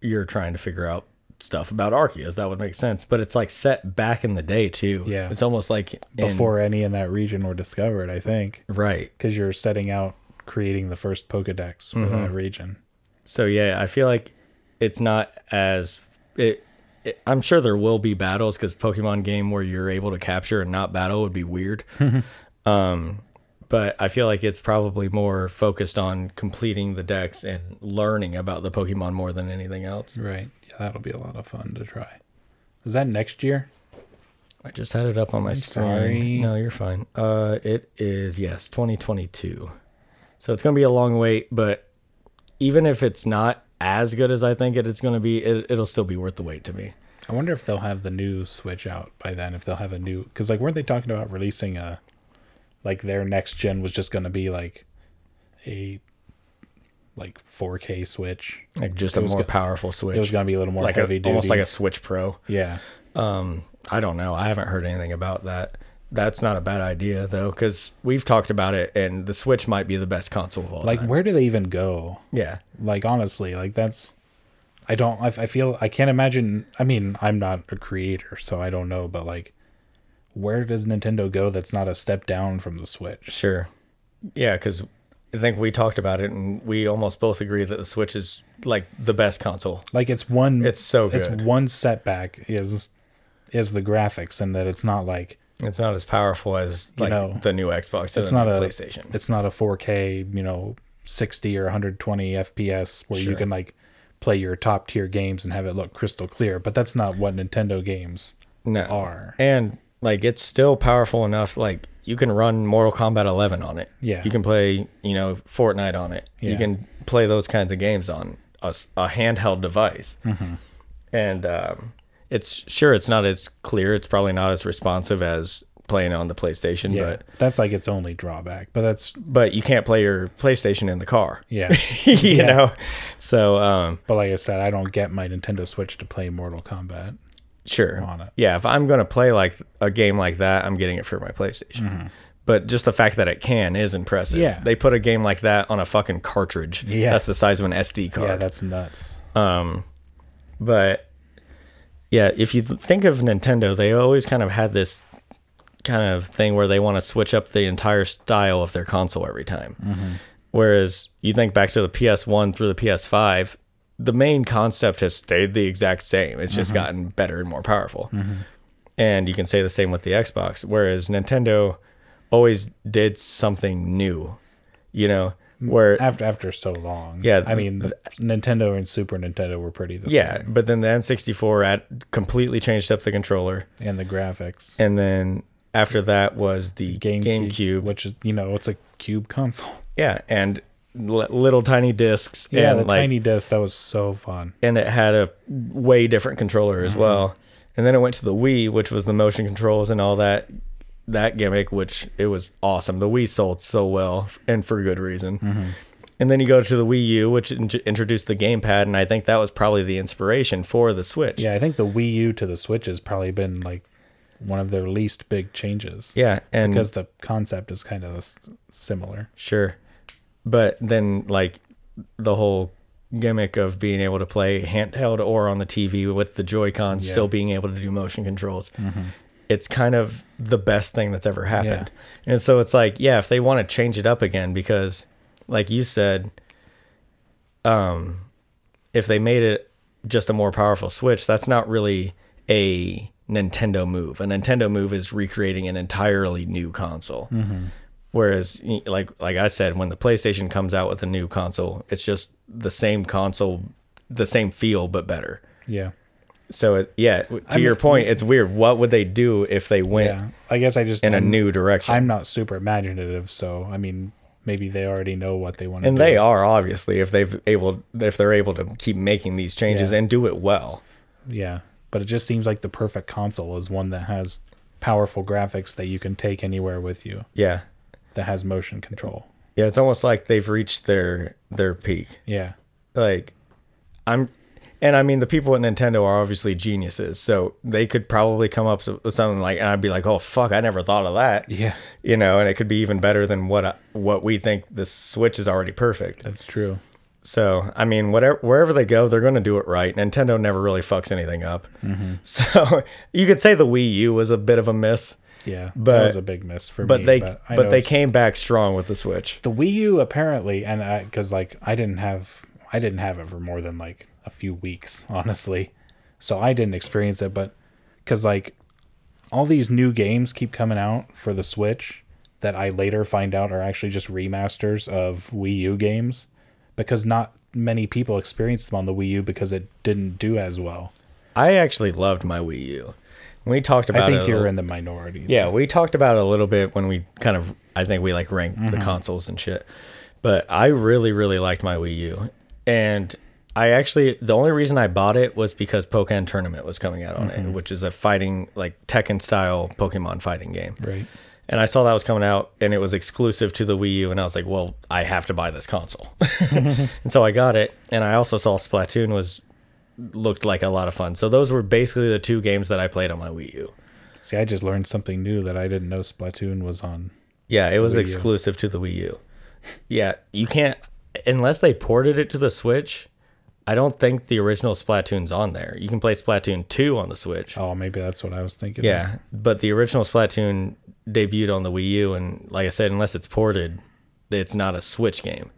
B: you're trying to figure out stuff about Arceus. That would make sense. But it's like set back in the day too.
A: Yeah.
B: it's almost like in-
A: before any in that region were discovered, I think,
B: right.
A: because you're setting out creating the first Pokedex for that region.
B: So yeah, I feel like it's not as it. it I'm sure there will be battles because Pokemon game where you're able to capture and not battle would be weird. um, but I feel like it's probably more focused on completing the decks and learning about the Pokemon more than anything else.
A: Right. Yeah, that'll be a lot of fun to try. Is that next year?
B: I just had it up on my screen.
A: sorry.
B: No, you're fine. Uh, it is yes, 2022. So it's gonna be a long wait, but even if it's not as good as I think it is gonna be, it, it'll still be worth the wait to me.
A: I wonder if they'll have the new Switch out by then. If they'll have a new, because like, weren't they talking about releasing a, like their next gen was just going to be like, a, like 4K Switch.
B: Like just a
A: was
B: more
A: go-
B: powerful Switch.
A: It was going to be a little more
B: like a-
A: heavy duty.
B: almost like a Switch Pro.
A: yeah,
B: I don't know. I haven't heard anything about that. That's not a bad idea though, because we've talked about it, and the Switch might be the best console of all
A: like
B: time.
A: where do they even go?
B: Yeah,
A: Like honestly, like that's, I don't. I, I feel I can't imagine. I mean, I'm not a creator, so I don't know. But like, where does Nintendo go? That's not a step down from the Switch.
B: sure. Yeah, because I think we talked about it, and we almost both agree that the Switch is like the best console.
A: Like it's one.
B: It's so good.
A: It's one setback is is the graphics and that it's not like
B: It's not as powerful as like
A: know,
B: the new Xbox or
A: it's
B: the
A: not
B: new
A: a
B: PlayStation.
A: It's not a 4K, you know, 60 or 120 FPS where you can like play your top tier games and have it look crystal clear. But that's not what Nintendo games
B: no.
A: are.
B: And like it's still powerful enough. Like you can run Mortal Kombat 11 on it.
A: Yeah.
B: You can play you know Fortnite on it.
A: Yeah.
B: You can play those kinds of games on a, s- a handheld device.
A: Mm-hmm.
B: And um, it's sure it's not as clear. It's probably not as responsive as playing on the PlayStation.
A: Yeah,
B: But
A: that's like its only drawback. But that's
B: but you can't play your PlayStation in the car.
A: yeah.
B: you know. So um,
A: but like I said, I don't get my Nintendo Switch to play Mortal Kombat.
B: sure
A: on it.
B: yeah if i'm going to play like a game like that i'm getting it for my playstation but just the fact that it can is impressive
A: Mm-hmm. Yeah.
B: they put a game like that on a fucking cartridge
A: Yeah.
B: that's the size of an sd card
A: Yeah, that's nuts.
B: but yeah if you th- think of nintendo they always kind of had this kind of thing where they want to switch up the entire style of their console every time whereas you think back to the ps1 through the ps5 the main concept has stayed the exact same it's just gotten better and more powerful and you can say the same with the xbox whereas nintendo always did something new you know where
A: After after so long.
B: Yeah,
A: I mean, the Nintendo and Super Nintendo were pretty the
B: yeah but then the n64 at completely changed up the controller
A: same, and the graphics.
B: and then after that was the
A: Game
B: GameCube.
A: which is you know it's a cube console.
B: yeah, and li- little tiny discs.
A: Yeah,
B: and
A: the
B: like,
A: tiny disc that was so fun.
B: and it had a way different controller
A: Uh-huh.
B: as well. And then it went to the Wii, which was the motion controls and all that that gimmick, which it was awesome. The Wii sold so well f- and for good reason.
A: Mm-hmm.
B: And then you go to the Wii U, which in- introduced the gamepad, and I think that was probably the inspiration for the Switch.
A: Yeah, I think the Wii U to the Switch has probably been like one of their least big changes.
B: yeah, and
A: because the concept is kind of s- similar.
B: Sure. But then like the whole gimmick of being able to play handheld or on the TV with the Joy-Cons still being able to do motion controls. it's kind of the best thing that's ever happened.
A: Yeah.
B: And so it's like, yeah, if they want to change it up again, because like you said, um, if they made it just a more powerful Switch, that's not really a Nintendo move. A Nintendo move is recreating an entirely new console. Whereas, y- like like I said, when the PlayStation comes out with a new console, it's just the same console, the same feel, but better.
A: Yeah.
B: So it, yeah, to
A: I'm-
B: your point, it's weird. What would they do if they went
A: Yeah. I guess I just
B: in a
A: I'm-
B: new direction?
A: I'm not super imaginative, so I mean, maybe they already know what they want to
B: and
A: do.
B: they are obviously if they've able if they're able to keep making these changes
A: Yeah.
B: and do it well.
A: Yeah, but it just seems like the perfect console is one that has powerful graphics that you can take anywhere with you,
B: Yeah,
A: that has motion control.
B: yeah. It's almost like they've reached their their peak.
A: Yeah,
B: like I'm and I mean the people at Nintendo are obviously geniuses, so they could probably come up with something like and I'd be like, "Oh fuck, I never thought of that."
A: Yeah.
B: You know, and it could be even better than what I, what we think the Switch is already perfect.
A: that's true.
B: So, I mean, whatever wherever they go, they're going to do it right. Nintendo never really fucks anything up.
A: Mm-hmm.
B: So, you could say the Wii U was a bit of a miss,
A: Yeah, that
B: But-
A: was a big miss for
B: but
A: me.
B: they
A: but,
B: but,
A: I know
B: they
A: it's-
B: came back strong with the Switch.
A: The Wii U apparently, and I because like I didn't have I didn't have it for more than like a few weeks, honestly. So I didn't experience it, but because like all these new games keep coming out for the Switch that I later find out are actually just remasters of Wii U games because not many people experienced them on the Wii U because it didn't do as well.
B: I actually loved my Wii U. We talked about
A: I
B: it
A: think
B: a
A: you're
B: little-
A: in the minority.
B: Yeah, we talked about it a little bit when we kind of I think we like ranked the consoles and shit. But I really really liked my Wii U. And I actually the only reason I bought it was because Pokemon Tournament was coming out on it, which is a fighting like Tekken style Pokemon fighting game.
A: Right.
B: And I saw that was coming out and it was exclusive to the Wii U and I was like, "Well, I have to buy this console." and so I got it and I also saw Splatoon was looked like a lot of fun. So those were basically the two games that I played on my Wii U.
A: See, I just learned something new that I didn't know Splatoon was on.
B: Yeah, it was exclusive to the Wii U. Yeah, you can't unless they ported it to the Switch. I don't think the original Splatoon's on there. You can play Splatoon 2 on the Switch.
A: Oh, maybe that's what I was thinking. of.
B: Yeah, but the original Splatoon debuted on the Wii U and like I said unless it's ported, it's not a Switch game.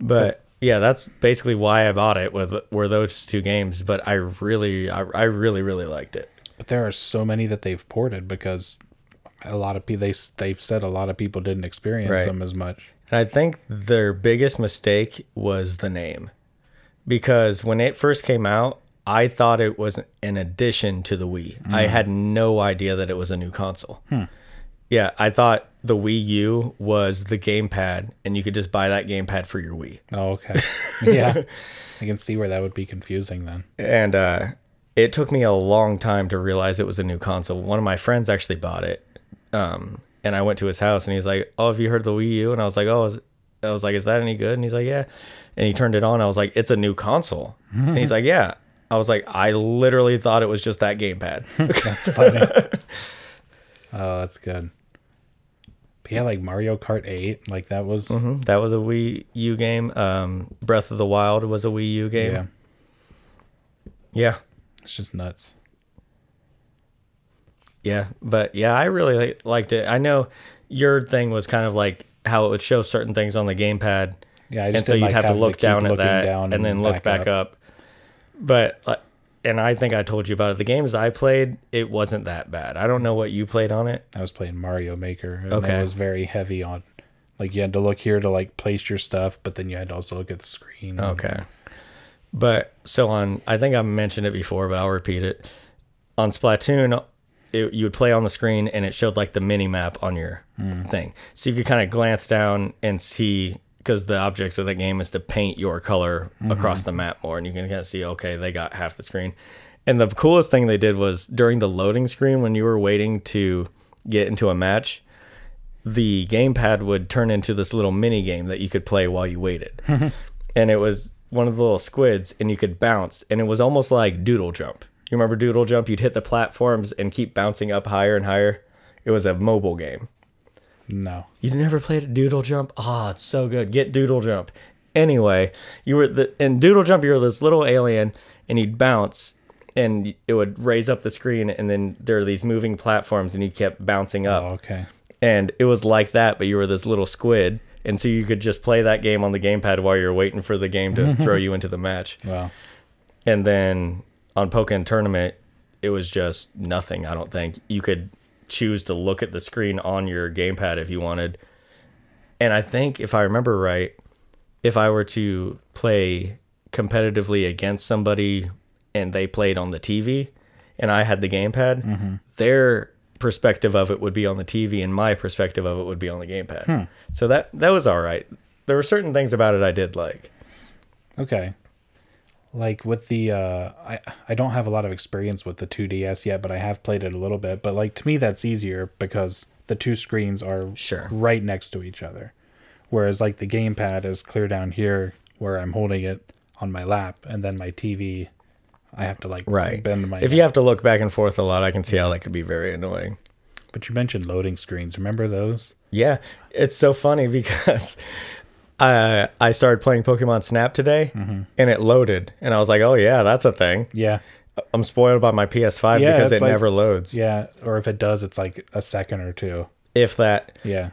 B: But yeah, that's basically why I bought it with were those two games, but I really I, I really really liked it.
A: But there are so many that they've ported because a lot of people they they've said a lot of people didn't experience
B: Right.
A: them as much.
B: And I think their biggest mistake was the name. Because when it first came out, I thought it was an addition to the Wii. I had no idea that it was a new console. Yeah, I thought the Wii U was the gamepad, and you could just buy that gamepad for your Wii.
A: Oh, okay. yeah, I can see where that would be confusing then.
B: And uh, it took me a long time to realize it was a new console. One of my friends actually bought it, um, and I went to his house, and he's like, "Oh, have you heard the Wii U?" And I was like, "Oh." Is, I was like, "Is that any good?" And he's like, "Yeah." And he turned it on. I was like, "It's a new console." and he's like, "Yeah." I was like, "I literally thought it was just that gamepad."
A: That's funny. oh, that's good. But yeah, like Mario Kart Eight, like that was
B: Mhm. that was a Wii U game. Um, Breath of the Wild was a Wii U game.
A: yeah,
B: yeah.
A: it's just nuts.
B: Yeah, but yeah, I really li- liked it. I know your thing was kind of like how it would show certain things on the gamepad.
A: Yeah, I just
B: and so
A: didn't
B: you'd
A: like
B: have to
A: having to
B: look
A: keep
B: down at
A: looking
B: that
A: down
B: and then
A: and
B: look
A: back
B: back up. But like, and I think I told you about it. The games I played, it wasn't that bad. I don't know what you played on it.
A: I was playing Mario Maker. And
B: Okay.
A: It was very heavy on, like you had to look here to like place your stuff, but then you had to also look at the screen.
B: Okay. But so on, I think I mentioned it before, but I'll repeat it. On Splatoon, it, you would play on the screen and it showed like the mini map on your thing. So you could kind of glance down and see because the object of the game is to paint your color across the map more. And you can kind of see, okay, they got half the screen. And the coolest thing they did was during the loading screen when you were waiting to get into a match, the gamepad would turn into this little mini game that you could play while you waited. and it was one of the little squids, and you could bounce, and it was almost like Doodle Jump. You remember Doodle Jump? You'd hit the platforms and keep bouncing up higher and higher. It was a mobile game.
A: No.
B: You never played a Doodle Jump? Ah, it's so good. Get Doodle Jump. Anyway, you were the in Doodle Jump. You were this little alien, and you'd bounce, and it would raise up the screen, and then there are these moving platforms, and you kept bouncing up.
A: Oh, okay.
B: And it was like that, but you were this little squid, and so you could just play that game on the gamepad while you're waiting for the game to throw you into the match.
A: Wow.
B: And then on Pokemon Tournament, it was just nothing, I don't think. You could choose to look at the screen on your gamepad if you wanted. And I think, if I remember right, if I were to play competitively against somebody and they played on the TV and I had the gamepad, their perspective of it would be on the TV and my perspective of it would be on the gamepad. So that that was all right. There were certain things about it I did like.
A: Okay. Like with the uh I I don't have a lot of experience with the 2DS yet, but I have played it a little bit. But like to me that's easier because the two screens are
B: Sure.
A: right next to each other. Whereas like the gamepad is clear down here where I'm holding it on my lap and then my TV I have to like bend my
B: if you have to look back and forth a lot i can see how that could be very annoying
A: But you mentioned loading screens. Remember those?
B: yeah it's so funny because i i started playing pokemon snap today
A: Mm-hmm.
B: and it loaded and i was like oh yeah that's a thing
A: Yeah.
B: i'm spoiled by my ps5
A: Yeah,
B: because
A: it's
B: it
A: like-
B: never loads
A: Yeah, or if it does it's like a second or two.
B: if that
A: Yeah.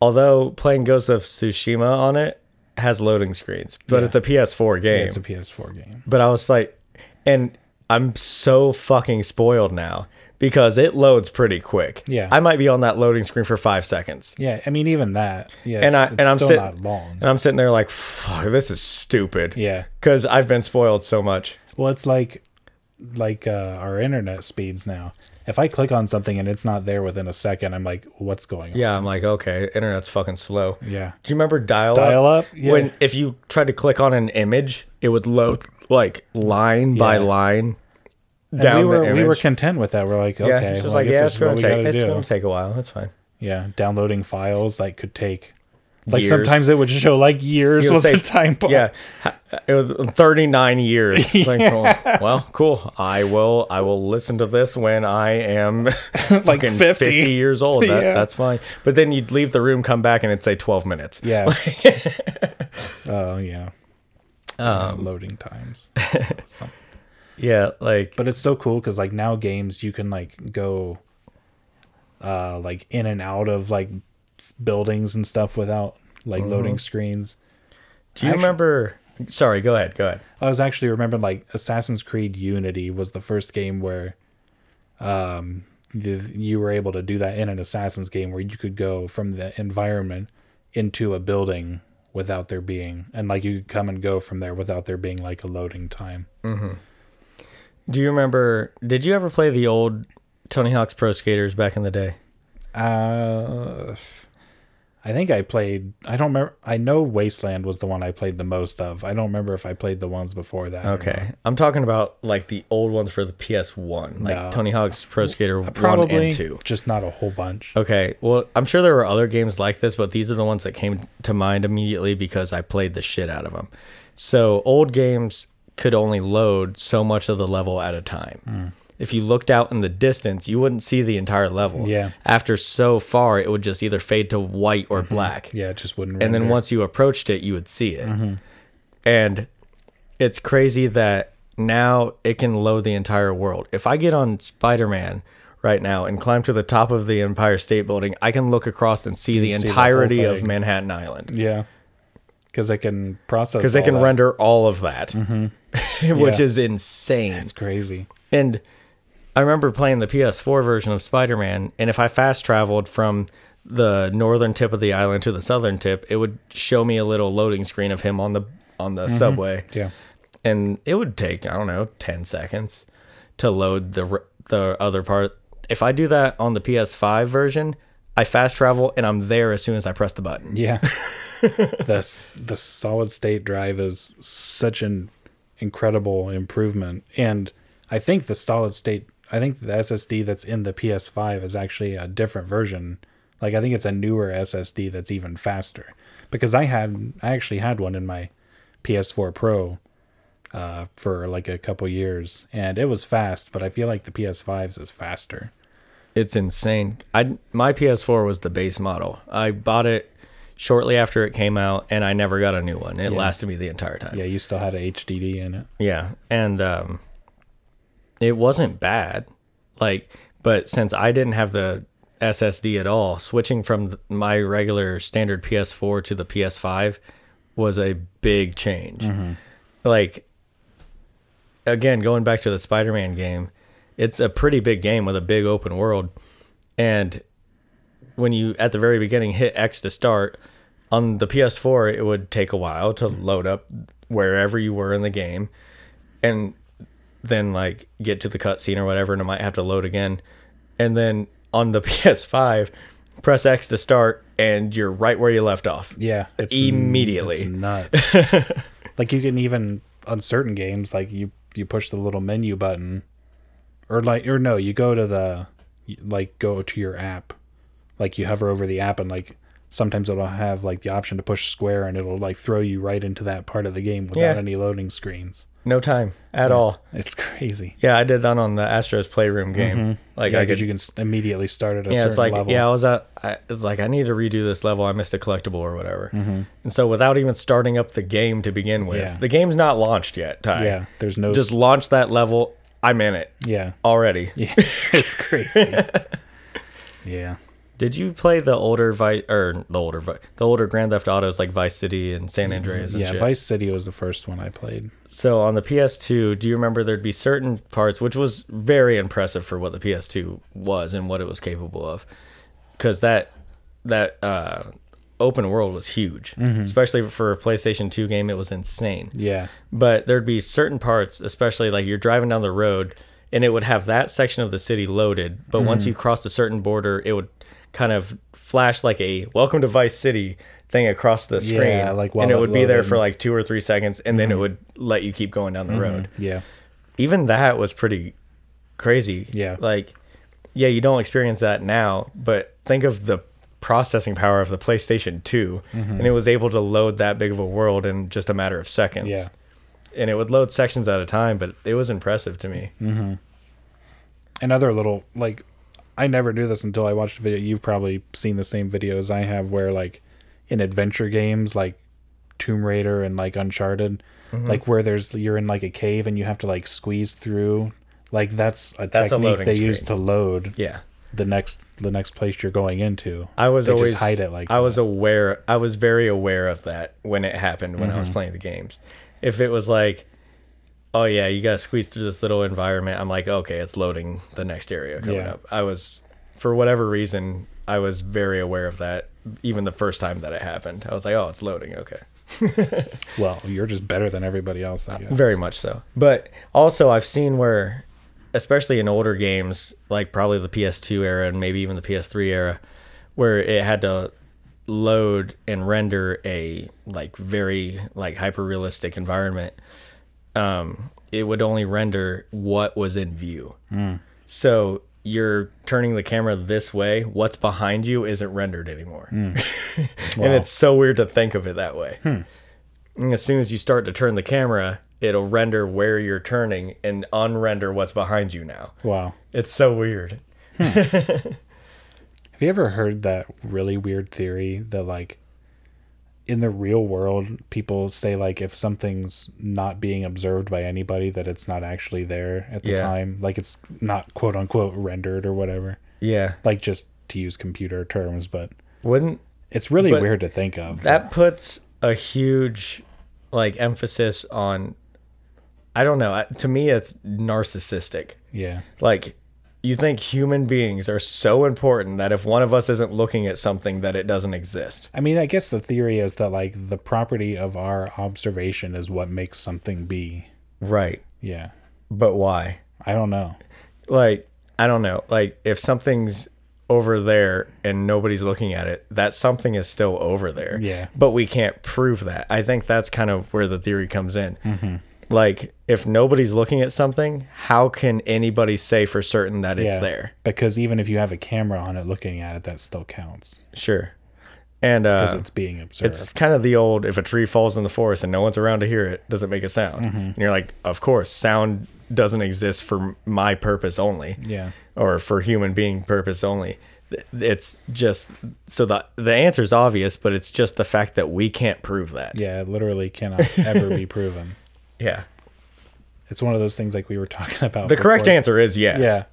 B: although playing ghost of tsushima on it has loading screens but it's a ps4 game
A: It's a PS4 game.
B: but i was like and i'm so fucking spoiled now because it loads pretty quick
A: Yeah.
B: i might be on that loading screen for five seconds
A: Yeah, I mean even that. Yeah,
B: and I
A: it's-
B: and
A: it's
B: I'm
A: still
B: sitting
A: not long.
B: and I'm sitting there like, fuck, this is stupid.
A: Yeah.
B: because I've been spoiled so much.
A: Well, it's like like uh, our internet speeds now. If I click on something and it's not there within a second, I'm like, what's going on?
B: Yeah, I'm like, okay, internet's fucking slow.
A: Yeah.
B: Do you remember dial up?
A: Dial up? Yeah.
B: When if you tried to click on an image, it would load like line by
A: Yeah.
B: line
A: And
B: down
A: we were
B: the image.
A: we were content with that. We're like, okay,
B: yeah, it's just
A: well, I
B: like
A: guess
B: yeah,
A: this
B: it's
A: is what
B: gonna
A: we
B: take
A: gotta
B: it's
A: do.
B: gonna take a while. That's fine.
A: yeah, downloading files like could take like
B: Years.
A: sometimes it would show like years
B: It would
A: was
B: say-
A: the time bar.
B: Yeah, ha- uh, it was 39 years. Like, well, well, cool. I will. I will listen to this when I am like
A: 50.
B: years old. That,
A: Yeah.
B: That's fine. But then you'd leave the room, come back, and it'd say 12 minutes.
A: Yeah. Oh yeah. Yeah,
B: Um,
A: loading times. Something.
B: Yeah, like
A: but it's so cool because like now games you can like go uh like in and out of like buildings and stuff without like loading screens
B: do you
A: actually-
B: remember? Sorry, go ahead. Go ahead.
A: i was actually remembering like assassin's creed unity was the first game where um the, you were able to do that in an assassin's game where you could go from the environment into a building without there being and like you could come and go from there without there being like a loading time
B: Do you remember? Did you ever play the old Tony Hawk's Pro Skaters back in the day?
A: Uh, I think I played. I don't remember. I know Wasteland was the one I played the most of. I don't remember if I played the ones before that. or not.
B: Okay, I'm talking about like the old ones for the PS1, like
A: No.
B: Tony Hawk's Pro Skater
A: Probably
B: one and two.
A: just not a whole bunch.
B: Okay. Well, I'm sure there were other games like this, but these are the ones that came to mind immediately because I played the shit out of them. So, old games could only load so much of the level at a time. If you looked out in the distance, you wouldn't see the entire level.
A: Yeah.
B: After so far, it would just either fade to white or black
A: Yeah, it just wouldn't.
B: and then
A: render.
B: once you approached it you would see it
A: Mm-hmm.
B: and it's crazy that now it can load the entire world if i get on spider-man right now and climb to the top of the empire state building i can look across and see the
A: see the whole
B: entirety of
A: thing.
B: manhattan island
A: Yeah, because I can process.
B: because they
A: all
B: can
A: that. Mm-hmm.
B: render all of that which
A: Yeah.
B: is insane
A: It's crazy.
B: and I remember playing the PS4 version of Spider Man, and if I fast traveled from the northern tip of the island to the southern tip, it would show me a little loading screen of him on the on the subway.
A: Yeah.
B: And it would take, I don't know, 10 seconds to load the r- the other part. If I do that on the PS5 version, I fast travel and I'm there as soon as I press the button.
A: Yeah. the s- the solid state drive is such an incredible improvement, and I think the solid state, I think the SSD that's in the PS5 is actually a different version. Like I think it's a newer SSD that's even faster, because I had I actually had one in my PS4 Pro uh, for like a couple years, and it was fast, but I feel like the PS5's is faster.
B: It's insane. I my PS4 was the base model. I bought it shortly after it came out, and I never got a new one. It lasted me the entire time.
A: Yeah, you still had a HDD in it.
B: Yeah, and um, it wasn't bad. Like, but since I didn't have the SSD at all, switching from th- my regular standard PS4 to the PS5 was a big change. Like, again, going back to the Spider Man game, it's a pretty big game with a big open world. And when you, at the very beginning, hit X to start, on the PS4, it would take a while to load up wherever you were in the game. And then like get to the cutscene or whatever, and I might have to load again. And then on the PS5, press X to start, and you're right where you left off.
A: Yeah, it's
B: Immediately.
A: It's nuts. like you can even on certain games, like you you push the little menu button, or like or no, you go to the like go to your app, like you hover over the app and like sometimes it'll have like the option to push square and it'll like throw you right into that part of the game without
B: Yeah.
A: any loading screens.
B: No time at all.
A: It's crazy.
B: Yeah, I did that on the Astros Playroom game. Like
A: Mm-hmm. Yeah,
B: I
A: 'cause
B: could.
A: you can s- immediately start at a
B: yeah,
A: certain
B: it's like
A: level.
B: yeah, I was at. I, it's like I need to redo this level. I missed a collectible or whatever. And so without even starting up the game to begin with,
A: Mm-hmm. Yeah.
B: the game's not launched yet. Ty.
A: yeah. There's no
B: Just launch that level. I'm in it
A: yeah.
B: already.
A: Yeah, it's crazy. yeah.
B: Did you play the older Vice or the older Vi- the older Grand Theft Autos like Vice City and San Andreas and
A: Yeah,
B: shit?
A: Vice City was the first one I played.
B: so on the PS2, do you remember there'd be certain parts which was very impressive for what the PS2 was and what it was capable of, because that that uh, open world was huge, especially for a PlayStation 2 game. It was insane
A: Yeah.
B: but there'd be certain parts, especially like you're driving down the road and it would have that section of the city loaded. But once
A: Hmm.
B: you crossed a certain border, it would kind of flash like a welcome to Vice City thing across the screen.
A: Yeah, like Hmm. while
B: and it
A: it
B: would be there
A: loaded.
B: for like two or three seconds and then it would let you keep going down
A: Hmm.
B: the road.
A: Yeah.
B: Even that was pretty crazy.
A: Yeah.
B: Like, yeah, you don't experience that now, but think of the processing power of the PlayStation 2
A: Mm-hmm.
B: and it was able to load that big of a world in just a matter of seconds
A: Yeah.
B: and it would load sections at a time, but it was impressive to me.
A: Mm-hmm. And other little like I never knew this until I watched a video. You've probably seen the same videos I have where like in adventure games like Tomb Raider and like Uncharted,
B: Mm-hmm.
A: like where there's you're in like a cave and you have to like squeeze through. Like that's a
B: That's a
A: technique
B: loading
A: they use to
B: screen.
A: load
B: Yeah.
A: the next the next place you're going into.
B: I was
A: They just
B: always
A: hide it like
B: I was aware I was very aware of that when it happened when I
A: Mm-hmm.
B: was playing the games. If it was like oh yeah, you got to squeeze through this little environment, I'm like okay, it's loading the next area coming
A: Yeah.
B: up. I was for whatever reason, I was very aware of that even the first time that it happened. I was like, "Oh, it's loading. Okay."
A: well, you're just better than everybody else. I guess.
B: Very much so. But also, I've seen where, especially in older games, like probably the PS2 era and maybe even the PS3 era, where it had to load and render a like very like hyper realistic environment. Um, it would only render what was in view. So you're turning the camera this way. What's behind you isn't rendered anymore, and it's so weird to think of it that way. And as soon as you start to turn the camera, it'll render where you're turning and unrender what's behind you now.
A: Wow.
B: It's so weird.
A: Have you ever heard that really weird theory that like in the real world people say like if something's not being observed by anybody that it's not actually there at the
B: Yeah.
A: time, like it's not quote unquote rendered or whatever.
B: Yeah.
A: Like just to use computer terms, but
B: Wouldn't
A: it's really
B: But
A: weird to think of.
B: that puts a huge like emphasis on I don't know. I- To me it's narcissistic.
A: yeah.
B: Like you think human beings are so important that if one of us isn't looking at something that it doesn't exist.
A: I mean, I guess the theory is that like the property of our observation is what makes something be.
B: Right.
A: Yeah.
B: But why?
A: I don't know.
B: like I don't know, like if something's over there and nobody's looking at it, that something is still over there.
A: Yeah.
B: But we can't prove that. I think that's kind of where the theory comes in.
A: Mm-hmm.
B: Like if nobody's looking at something, how can anybody say for certain that it's
A: Yeah.
B: there?
A: Because even if you have a camera on it looking at it, that still counts
B: Sure. And
A: because
B: uh,
A: it's being observed.
B: it's kind of the old if a tree falls in the forest and no one's around to hear it, does it make a sound?
A: Mm-hmm.
B: And you're like, of course, sound doesn't exist for my purpose only.
A: Yeah.
B: or for human being purpose only. Th- It's just so the the answer is obvious, but it's just the fact that we can't prove that.
A: Yeah, it literally cannot ever be proven.
B: Yeah.
A: It's one of those things like we were talking about.
B: The correct
A: before.
B: answer is yes.
A: Yeah.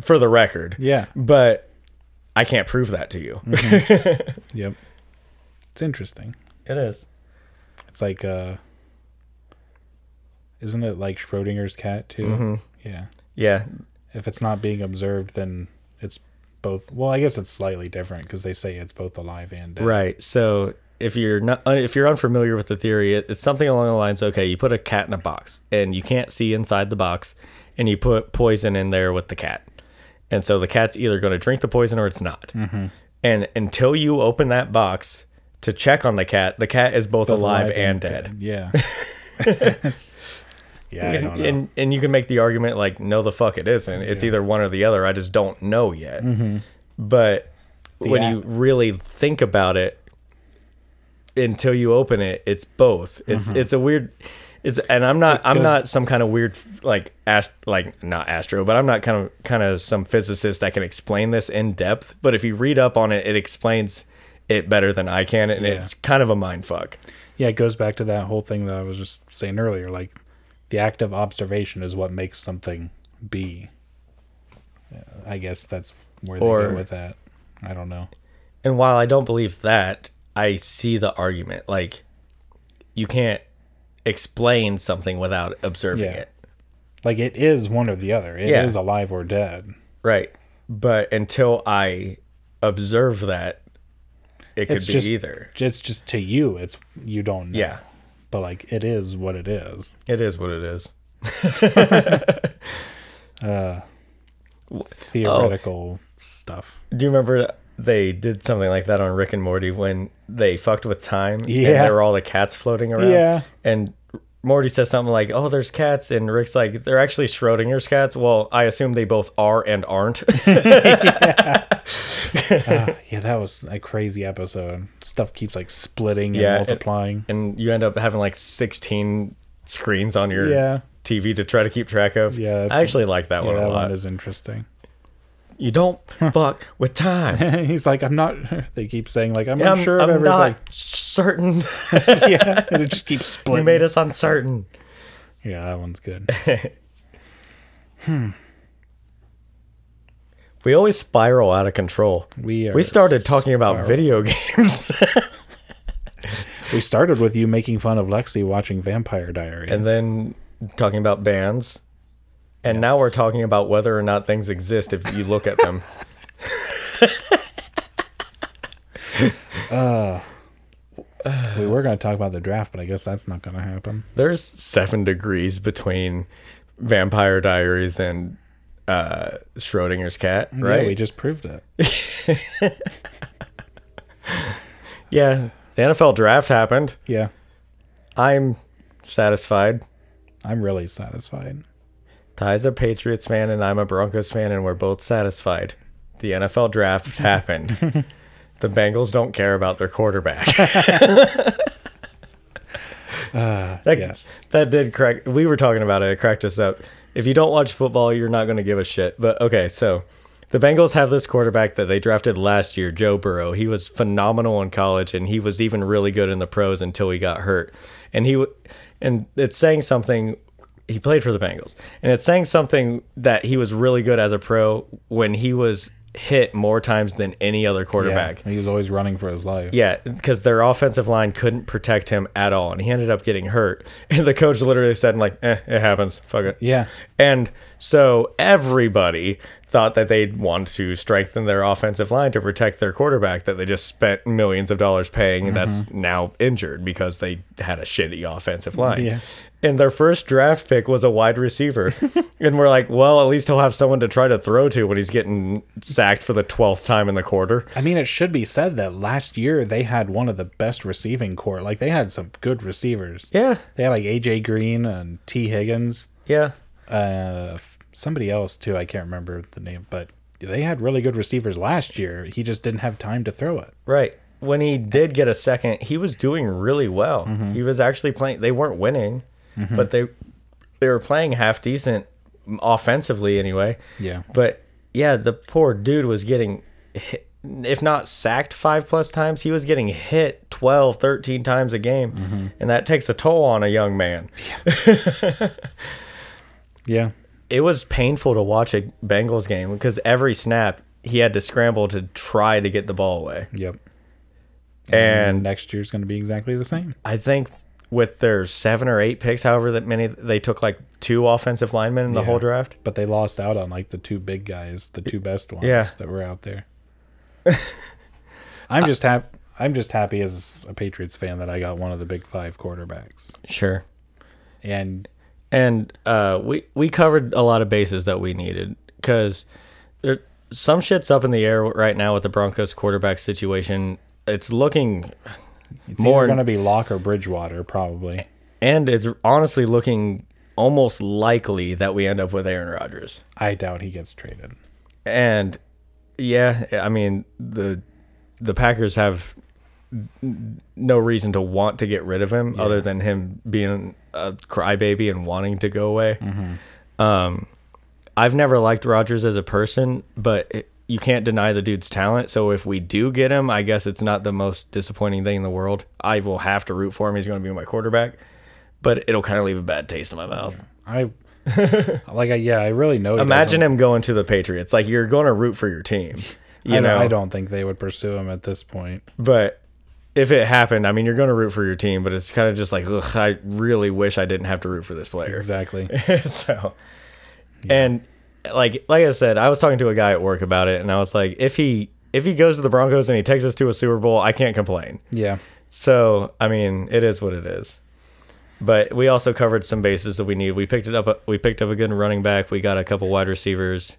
B: For the record.
A: Yeah.
B: But I can't prove that to you.
A: Yep. It's interesting.
B: It is.
A: It's like uh isn't it like Schrodinger's cat too?
B: Mm-hmm.
A: Yeah.
B: Yeah.
A: If it's not being observed then it's both well, I guess it's slightly different because they say it's both alive and dead.
B: Right. So if you're not if you're unfamiliar with the theory, it, it's something along the lines okay, you put a cat in a box and you can't see inside the box and you put poison in there with the cat. And so the cat's either going to drink the poison or it's not. And until you open that box to check on the cat, the cat is both, alive, and dead.
A: Yeah. It's- yeah, I
B: And,
A: don't know.
B: and and you can make the argument like no the fuck it isn't it's either one or the other I just don't know yet
A: Mm-hmm.
B: but when
A: a-
B: you really think about it until you open it it's both it's it's a weird it's and I'm not
A: Mm-hmm.
B: I'm
A: goes-
B: not some kind of weird like ast- like not astro but I'm not kind of kind of some physicist that can explain this in depth but if you read up on it it explains it better than I can and it's kind of a mind fuck
A: yeah, it goes back to that whole thing that I was just saying earlier. Like, the act of observation is what makes something be. Uh, I guess that's where they
B: Or-
A: go with that. I don't know.
B: And while I don't believe that, I see the argument. Like, you can't explain something without observing
A: Yeah.
B: it.
A: Like, it is one or the other. It is
B: Yeah.
A: alive or dead.
B: Right. But until I observe that, it could
A: It's
B: be
A: just
B: either.
A: It's just to you. It's you don't know.
B: Yeah. Oh.
A: But like, it is what it is.
B: It is what it is.
A: Theoretical stuff.
B: Do you remember they did something like that on Rick and Morty when they fucked with time and
A: Yeah.
B: there were all the cats floating around?
A: Yeah.
B: And Morty says something like, Oh, there's cats. And Rick's like, They're actually Schrodinger's cats. Well, I assume they both are and aren't.
A: Yeah, that was a crazy episode. Stuff keeps like splitting
B: Yeah,
A: and
B: it-
A: multiplying.
B: and you end up having like 16 screens on your
A: Yeah.
B: TV to try to keep track of.
A: Yeah.
B: I actually like that one
A: yeah,
B: a
A: that
B: lot.
A: one is interesting.
B: you don't fuck with time.
A: he's like, I'm not. They keep saying like, I'm
B: I'm,
A: not unsure
B: I'm
A: of everything.
B: not certain.
A: yeah, and it just keeps
B: you
A: splitting.
B: made us uncertain.
A: Yeah, that one's good.
B: We always spiral out of control.
A: We are
B: we started talking about video games,
A: We started with you making fun of Lexi watching Vampire Diaries,
B: and then talking about bands, and now we're talking about whether or not things exist if you look at them.
A: we were going to talk about the draft, but I guess that's not going to happen.
B: There's seven degrees between Vampire Diaries and uh, Schrodinger's cat, right?
A: Yeah, we just proved it.
B: Yeah, the NFL draft happened.
A: Yeah,
B: I'm satisfied.
A: I'm really satisfied.
B: Ty's a Patriots fan and I'm a Broncos fan, and we're both satisfied. The NFL draft happened. the Bengals don't care about their quarterback. that,
A: yes.
B: that did crack. We were talking about it. It cracked us up. If you don't watch football, you're not going to give a shit. But okay, so the Bengals have this quarterback that they drafted last year, Joe Burrow. He was phenomenal in college, and he was even really good in the pros until he got hurt. And he, w- and it's saying something. He played for the Bengals, and it's saying something that he was really good as a pro when he was hit more times than any other
A: Yeah,
B: quarterback.
A: he was always running for his life.
B: Yeah, because their offensive line couldn't protect him at all, and he ended up getting hurt. And the coach literally said, "Like, eh, it happens. Fuck it."
A: Yeah.
B: And so everybody thought that they'd want to strengthen their offensive line to protect their quarterback that they just spent millions of dollars paying, that's
A: Mm-hmm.
B: now injured because they had a shitty offensive line.
A: Yeah.
B: And their first draft pick was a wide receiver. and we're like, well, at least he'll have someone to try to throw to when he's getting sacked for the 12th time in the quarter.
A: I mean, it should be said that last year they had one of the best receiving core. Like they had some good receivers.
B: Yeah.
A: They had like AJ Green and T Higgins,
B: Yeah.
A: uh, f- somebody else too. I can't remember the name, but they had really good receivers last year. He just didn't have time to throw it.
B: Right. When he did get a second, he was doing really well. He was actually playing. They weren't winning, but they they were playing half decent offensively anyway.
A: Yeah.
B: But yeah, the poor dude was getting hit, if not sacked 5 plus times, he was getting hit 12, 13 times a game. And that takes a toll on a young man.
A: Yeah.
B: it was painful to watch a Bengals game because every snap he had to scramble to try to get the ball away.
A: Yep.
B: And
A: next year's going to be exactly the same.
B: I think with their seven or eight picks, however that many they took like two offensive linemen in the whole draft.
A: But they lost out on like the two big guys, the two best ones
B: Yeah.
A: that were out there. I'm just happy. I'm just happy as a Patriots fan that I got one of the big five quarterbacks.
B: Sure.
A: And
B: And uh, we we covered a lot of bases that we needed because there some shit's up in the air right now with the Broncos quarterback situation. It's looking
A: it's
B: More-
A: more going to be Locke or Bridgewater, probably.
B: and it's honestly looking almost likely that we end up with Aaron Rodgers.
A: I doubt he gets traded.
B: And yeah, I mean the the Packers have n- no reason to want to get rid of him other than him being a crybaby and wanting to go away.
A: Mm-hmm.
B: Um, I've never liked Rodgers as a person, but it, you can't deny the dude's talent. So if we do get him, I guess it's not the most disappointing thing in the world. I will have to root for him. He's going to be my quarterback, but it'll kind of leave a bad taste in my mouth.
A: I like. I, yeah, I really know. he
B: Imagine
A: doesn't-
B: him going to the Patriots. Like you're going to root for your team. You
A: I,
B: know,
A: I don't think they would pursue him at this point.
B: But if it happened, I mean, you're going to root for your team, but it's kind of just like, ugh, I really wish I didn't have to root for this player.
A: Exactly.
B: so, and like, like I said, I was talking to a guy at work about it, and I was like, if he if he goes to the Broncos and he takes us to a Super Bowl, I can't complain.
A: Yeah.
B: So, I mean, it is what it is. But we also covered some bases that we need. We picked it up. We picked up a good running back. We got a couple wide receivers,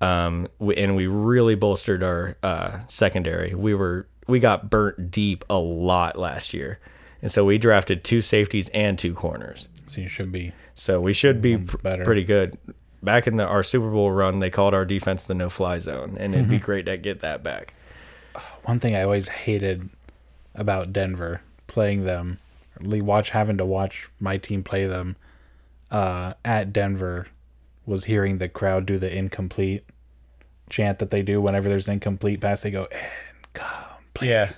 B: um, we, and we really bolstered our uh, secondary. We were we got burnt deep a lot last year, and so we drafted two safeties and two corners.
A: So you should be.
B: So we should be pr-
A: better.
B: pretty good. Back in the, our Super Bowl run, they called our defense the no fly zone, and it'd be great to get that back.
A: one thing I always hated about Denver playing them, le- watch having to watch my team play them uh, at Denver, was hearing the crowd do the incomplete chant that they do whenever there's an incomplete pass. They go, "Eh,"
B: Yeah.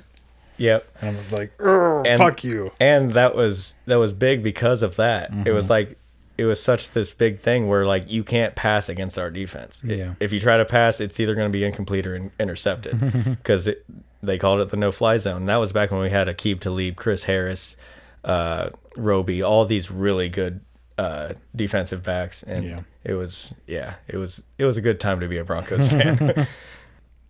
B: Yep.
A: and I'm like, "Ugh,
B: And-
A: fuck you.
B: and that was that was big because of that it was like it was such this big thing where like you can't pass against our defense It-
A: Yeah.
B: if you try to pass it's either going to be incomplete or in, intercepted because they called it the no fly zone and that was back when we had Akib Talib Chris Harris uh Roby all these really good uh defensive backs and
A: Yeah.
B: it was yeah it was it was a good time to be a Broncos fan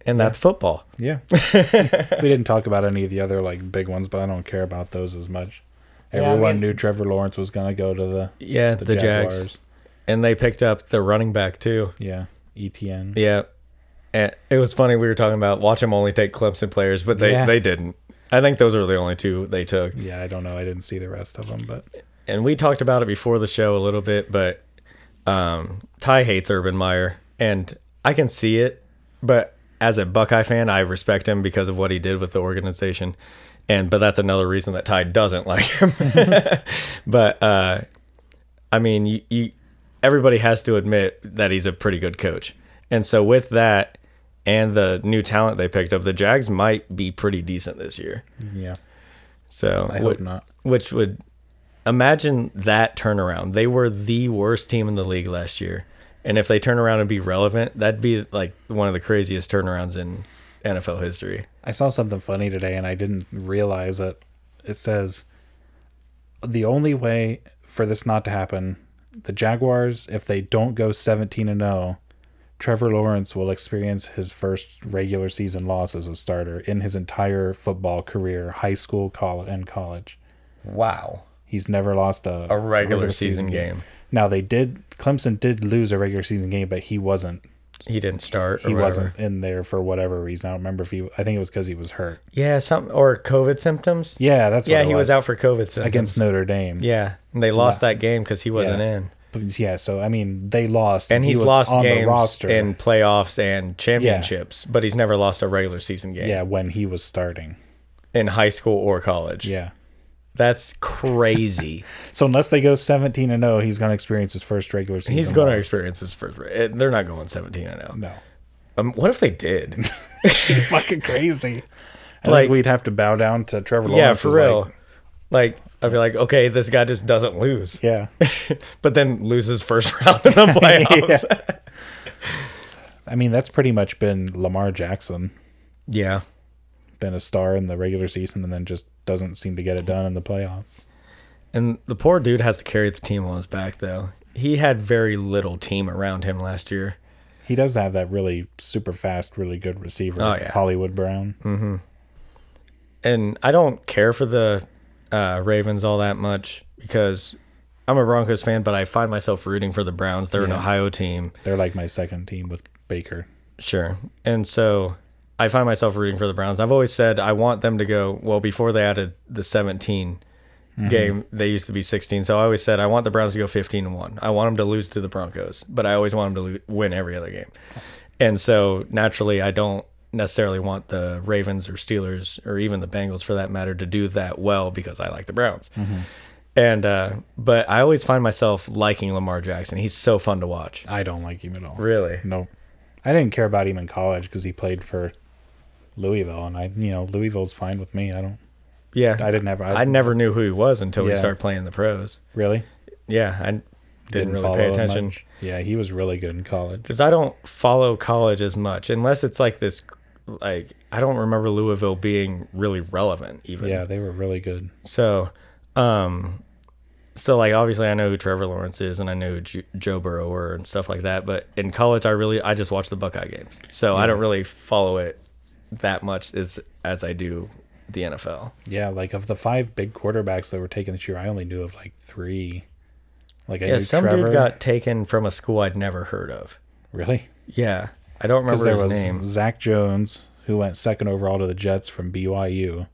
B: and that's football
A: Yeah. we didn't talk about any of the other like big ones, but I don't care about those as much. Everyone knew Trevor Lawrence was gonna go to the
B: yeah the, Jaguars
A: Jaguars.
B: and they picked up the running back too
A: Yeah. E ETN.
B: Yeah. And it was funny we were talking about watch them only take Clemson players, but they,
A: Yeah.
B: they didn't. I think those were the only two they took.
A: Yeah, I don't know. I didn't see the rest of them, but
B: And we talked about it before the show a little bit, but um, Ty hates Urban Meyer, and I can see it. But as a Buckeye fan, I respect him because of what he did with the organization. And but that's another reason that Ty doesn't like him. but uh, I mean, you, you everybody has to admit that he's a pretty good coach. And so with that and the new talent they picked up, the Jags might be pretty decent this year.
A: yeah.
B: So
A: I
B: would-
A: hope not.
B: which would imagine that turnaround. They were the worst team in the league last year. And if they turn around and be relevant, that'd be like one of the craziest turnarounds in NFL history.
A: I saw something funny today and I didn't realize it. It says the only way for this not to happen, the Jaguars, if they don't go 17 and 0, Trevor Lawrence will experience his first regular season loss as a starter in his entire football career, high school, college, and college.
B: Wow.
A: He's never lost a,
B: A regular season game.
A: Now they did. Clemson did lose a regular season game, but he wasn't.
B: He didn't start. Or
A: He
B: whatever.
A: wasn't in there for whatever reason. I don't remember if he. I think it was because he was hurt.
B: Yeah, some or COVID symptoms.
A: Yeah, that's
B: yeah,
A: What it
B: he was. out for COVID symptoms.
A: against Notre Dame.
B: yeah, and they lost that game because he wasn't in.
A: But yeah, so I mean, they lost,
B: And
A: he
B: he's
A: was
B: lost games in playoffs and championships, but he's never lost a regular season game
A: yeah, when he was starting.
B: in high school or college.
A: Yeah.
B: That's crazy.
A: So unless they go seventeen and zero, he's going to experience his first regular season.
B: He's going to
A: loss.
B: experience his first. ra- it- They're not going 17 and 0.
A: no,
B: Um, what if they did?
A: fucking crazy. I
B: Like-
A: think we'd have to bow down to Trevor. Lawrence
B: yeah, for
A: as, like,
B: real. Like I'd be like, okay, this guy just doesn't lose,
A: Yeah.
B: but then loses first round in the playoffs. yeah.
A: I mean, that's pretty much been Lamar Jackson, been a star in the regular season and then just doesn't seem to get it done in the playoffs.
B: and the poor dude has to carry the team on his back though. He had very little team around him last year.
A: He does have that really super fast, really good receiver,
B: Oh, yeah. Hmm.
A: Hollywood Brown.
B: and I don't care for the uh, Ravens all that much because I'm a Broncos fan, but I find myself rooting for the Browns. They're an Ohio team,
A: They're like my second team with Baker.
B: sure, and so I find myself rooting for the Browns. I've always said I want them to go well before they added the 17 game. They used to be 16, so I always said I want the Browns to go 15 and one. I want them to lose to the Broncos, but I always want them to lo- win every other game, and so naturally I don't necessarily want the Ravens or Steelers or even the Bengals for that matter to do that well because I like the Browns. And uh, but I always find myself liking Lamar Jackson. He's so fun to watch.
A: I don't like him at all.
B: Really?
A: No. I didn't care about him in college because he played for Louisville, and I, you know, Louisville's fine with me. I don't.
B: Yeah.
A: I didn't ever. I,
B: I never knew who he was until we
A: Yeah.
B: started playing the pros.
A: really
B: Yeah, I didn't, really pay
A: him
B: attention
A: much. Yeah, he was really good in college.
B: because I don't follow college as much unless it's like this. Like I don't remember Louisville being really relevant even.
A: Yeah, they were really good.
B: So, um, so like obviously I know who Trevor Lawrence is and I know who J- Joe Burrow were and stuff like that. But in college, I really I just watch the Buckeye games, so I don't really follow it that much as as I do the NFL.
A: Yeah, like of the five big quarterbacks that were taken this year, I only knew of like three. Like I
B: Yeah,
A: knew
B: some
A: Trevor.
B: dude got taken from a school I'd never heard of.
A: really
B: Yeah, I don't
A: because
B: remember
A: there was
B: his name.
A: Zach Jones who went second overall to the Jets from BYU.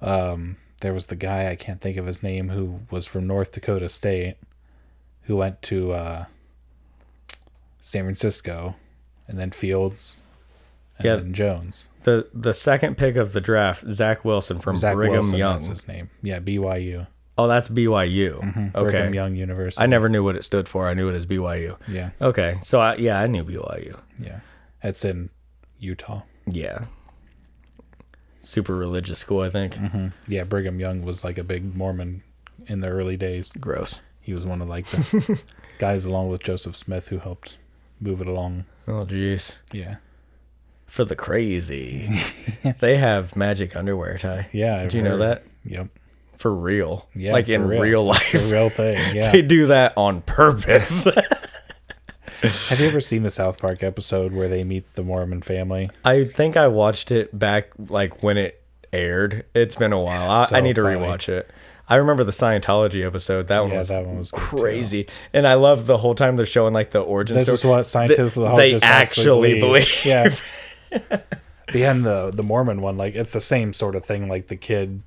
A: Um, there was the guy I can't think of his name who was from North Dakota State, who went to uh, San Francisco, and then Fields, and
B: Yeah.
A: then Jones.
B: the the second pick of the draft, Zach Wilson from
A: Zach
B: Brigham
A: Wilson,
B: Young.
A: that's his name. Yeah, BYU.
B: oh, that's BYU.
A: Brigham
B: Okay,
A: Young University.
B: I never knew what it stood for. I knew it as BYU.
A: yeah,
B: Okay, so I, yeah, I knew BYU.
A: yeah. It's in Utah.
B: Yeah, super religious school. I think
A: Yeah, Brigham Young was like a big Mormon in the early days.
B: gross.
A: He was one of like the guys along with Joseph Smith who helped move it along.
B: Oh, jeez.
A: Yeah.
B: For the crazy, they have magic underwear tie.
A: Yeah. I've
B: do you know
A: heard.
B: that
A: Yep.
B: for real?
A: Yeah.
B: like
A: for
B: in real
A: It's a
B: life,
A: real thing.
B: they
A: Yeah.
B: do that on purpose.
A: Have you ever seen the South Park episode where they meet the Mormon family?
B: I think I watched it back like when it aired. It's been a while. I, I
A: So
B: need to
A: funny.
B: rewatch it. I remember the Scientology episode. That one
A: Yeah,
B: was
A: that one was good, too.
B: crazy, and I love the whole time they're showing like the origin.
A: This
B: story.
A: is what scientists
B: They,
A: the whole
B: they
A: just
B: actually believe.
A: Yeah. the end the the Mormon one like it's the same sort of thing like the kid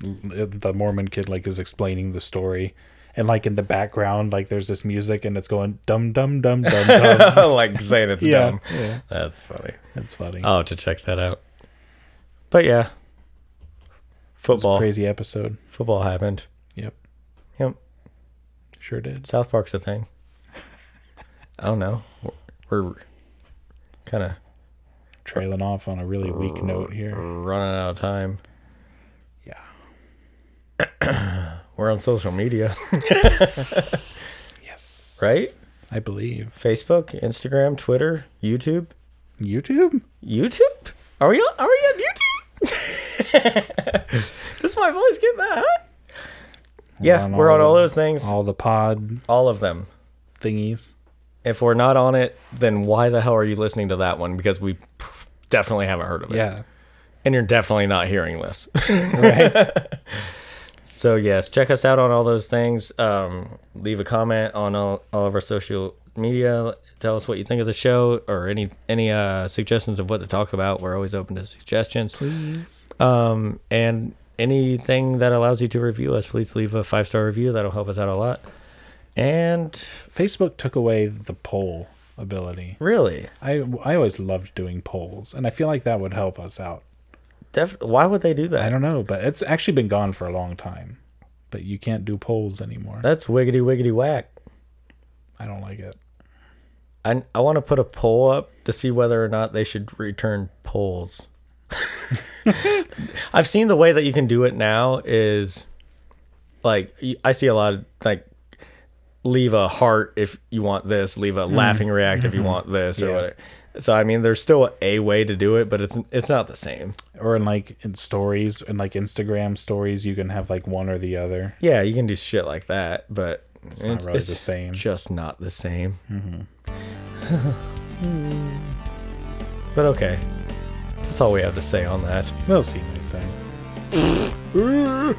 A: the Mormon kid like is explaining the story and like in the background like there's this music and it's going dum dum dum dum dum.
B: like saying it's
A: Yeah,
B: dumb.
A: yeah.
B: That's funny.
A: That's funny.
B: I'll have to check that out. But yeah, football.
A: Crazy episode.
B: Football happened.
A: Yep.
B: Yep.
A: Sure did.
B: South Park's a thing. I don't know. We're, we're kind of
A: Trailing off on a really weak note here.
B: running out of time.
A: Yeah.
B: We're on social media,
A: Yes.
B: right?
A: I believe.
B: Facebook, Instagram, Twitter, YouTube.
A: YouTube?
B: YouTube? Are we on, are we on YouTube? Does my voice get that? Huh? Yeah,
A: on
B: we're on
A: all
B: all
A: of-
B: those things,
A: All the pod
B: all of them.
A: thingies.
B: If we're not on it, then why the hell are you listening to that one? Because we pr- definitely haven't heard of it.
A: Yeah.
B: And you're definitely not hearing this.
A: Right.
B: So yes, check us out on all those things. Um, leave a comment on all, all of our social media. Tell us what you think of the show or any any uh, suggestions of what to talk about. We're always open to suggestions. Please. Um, and anything that allows you to review us, please leave a five star review. That'll help us out a lot. And
A: Facebook took away the poll ability.
B: really,
A: I I always loved doing polls, and I feel like that would help us out.
B: def- why would they do
A: I
B: that?
A: don't know, but it's actually been gone for a long time. But you can't do polls anymore.
B: That's wiggity wiggity whack.
A: I don't like it.
B: I I want to put a poll up to see whether or not they should return polls. I've seen the way that you can do it now is like y- I see a lot of like leave a heart if you want this, leave a laughing react if you want this or whatever. So I mean, there's still a way to do it, but it's it's not the same.
A: Or in like in stories and like Instagram stories, you can have like one or the other.
B: Yeah, you can do shit like that, but it's
A: not really the same. Mm-hmm.
B: Just not the same. but okay, that's all we have to say on that.
A: We'll see next time.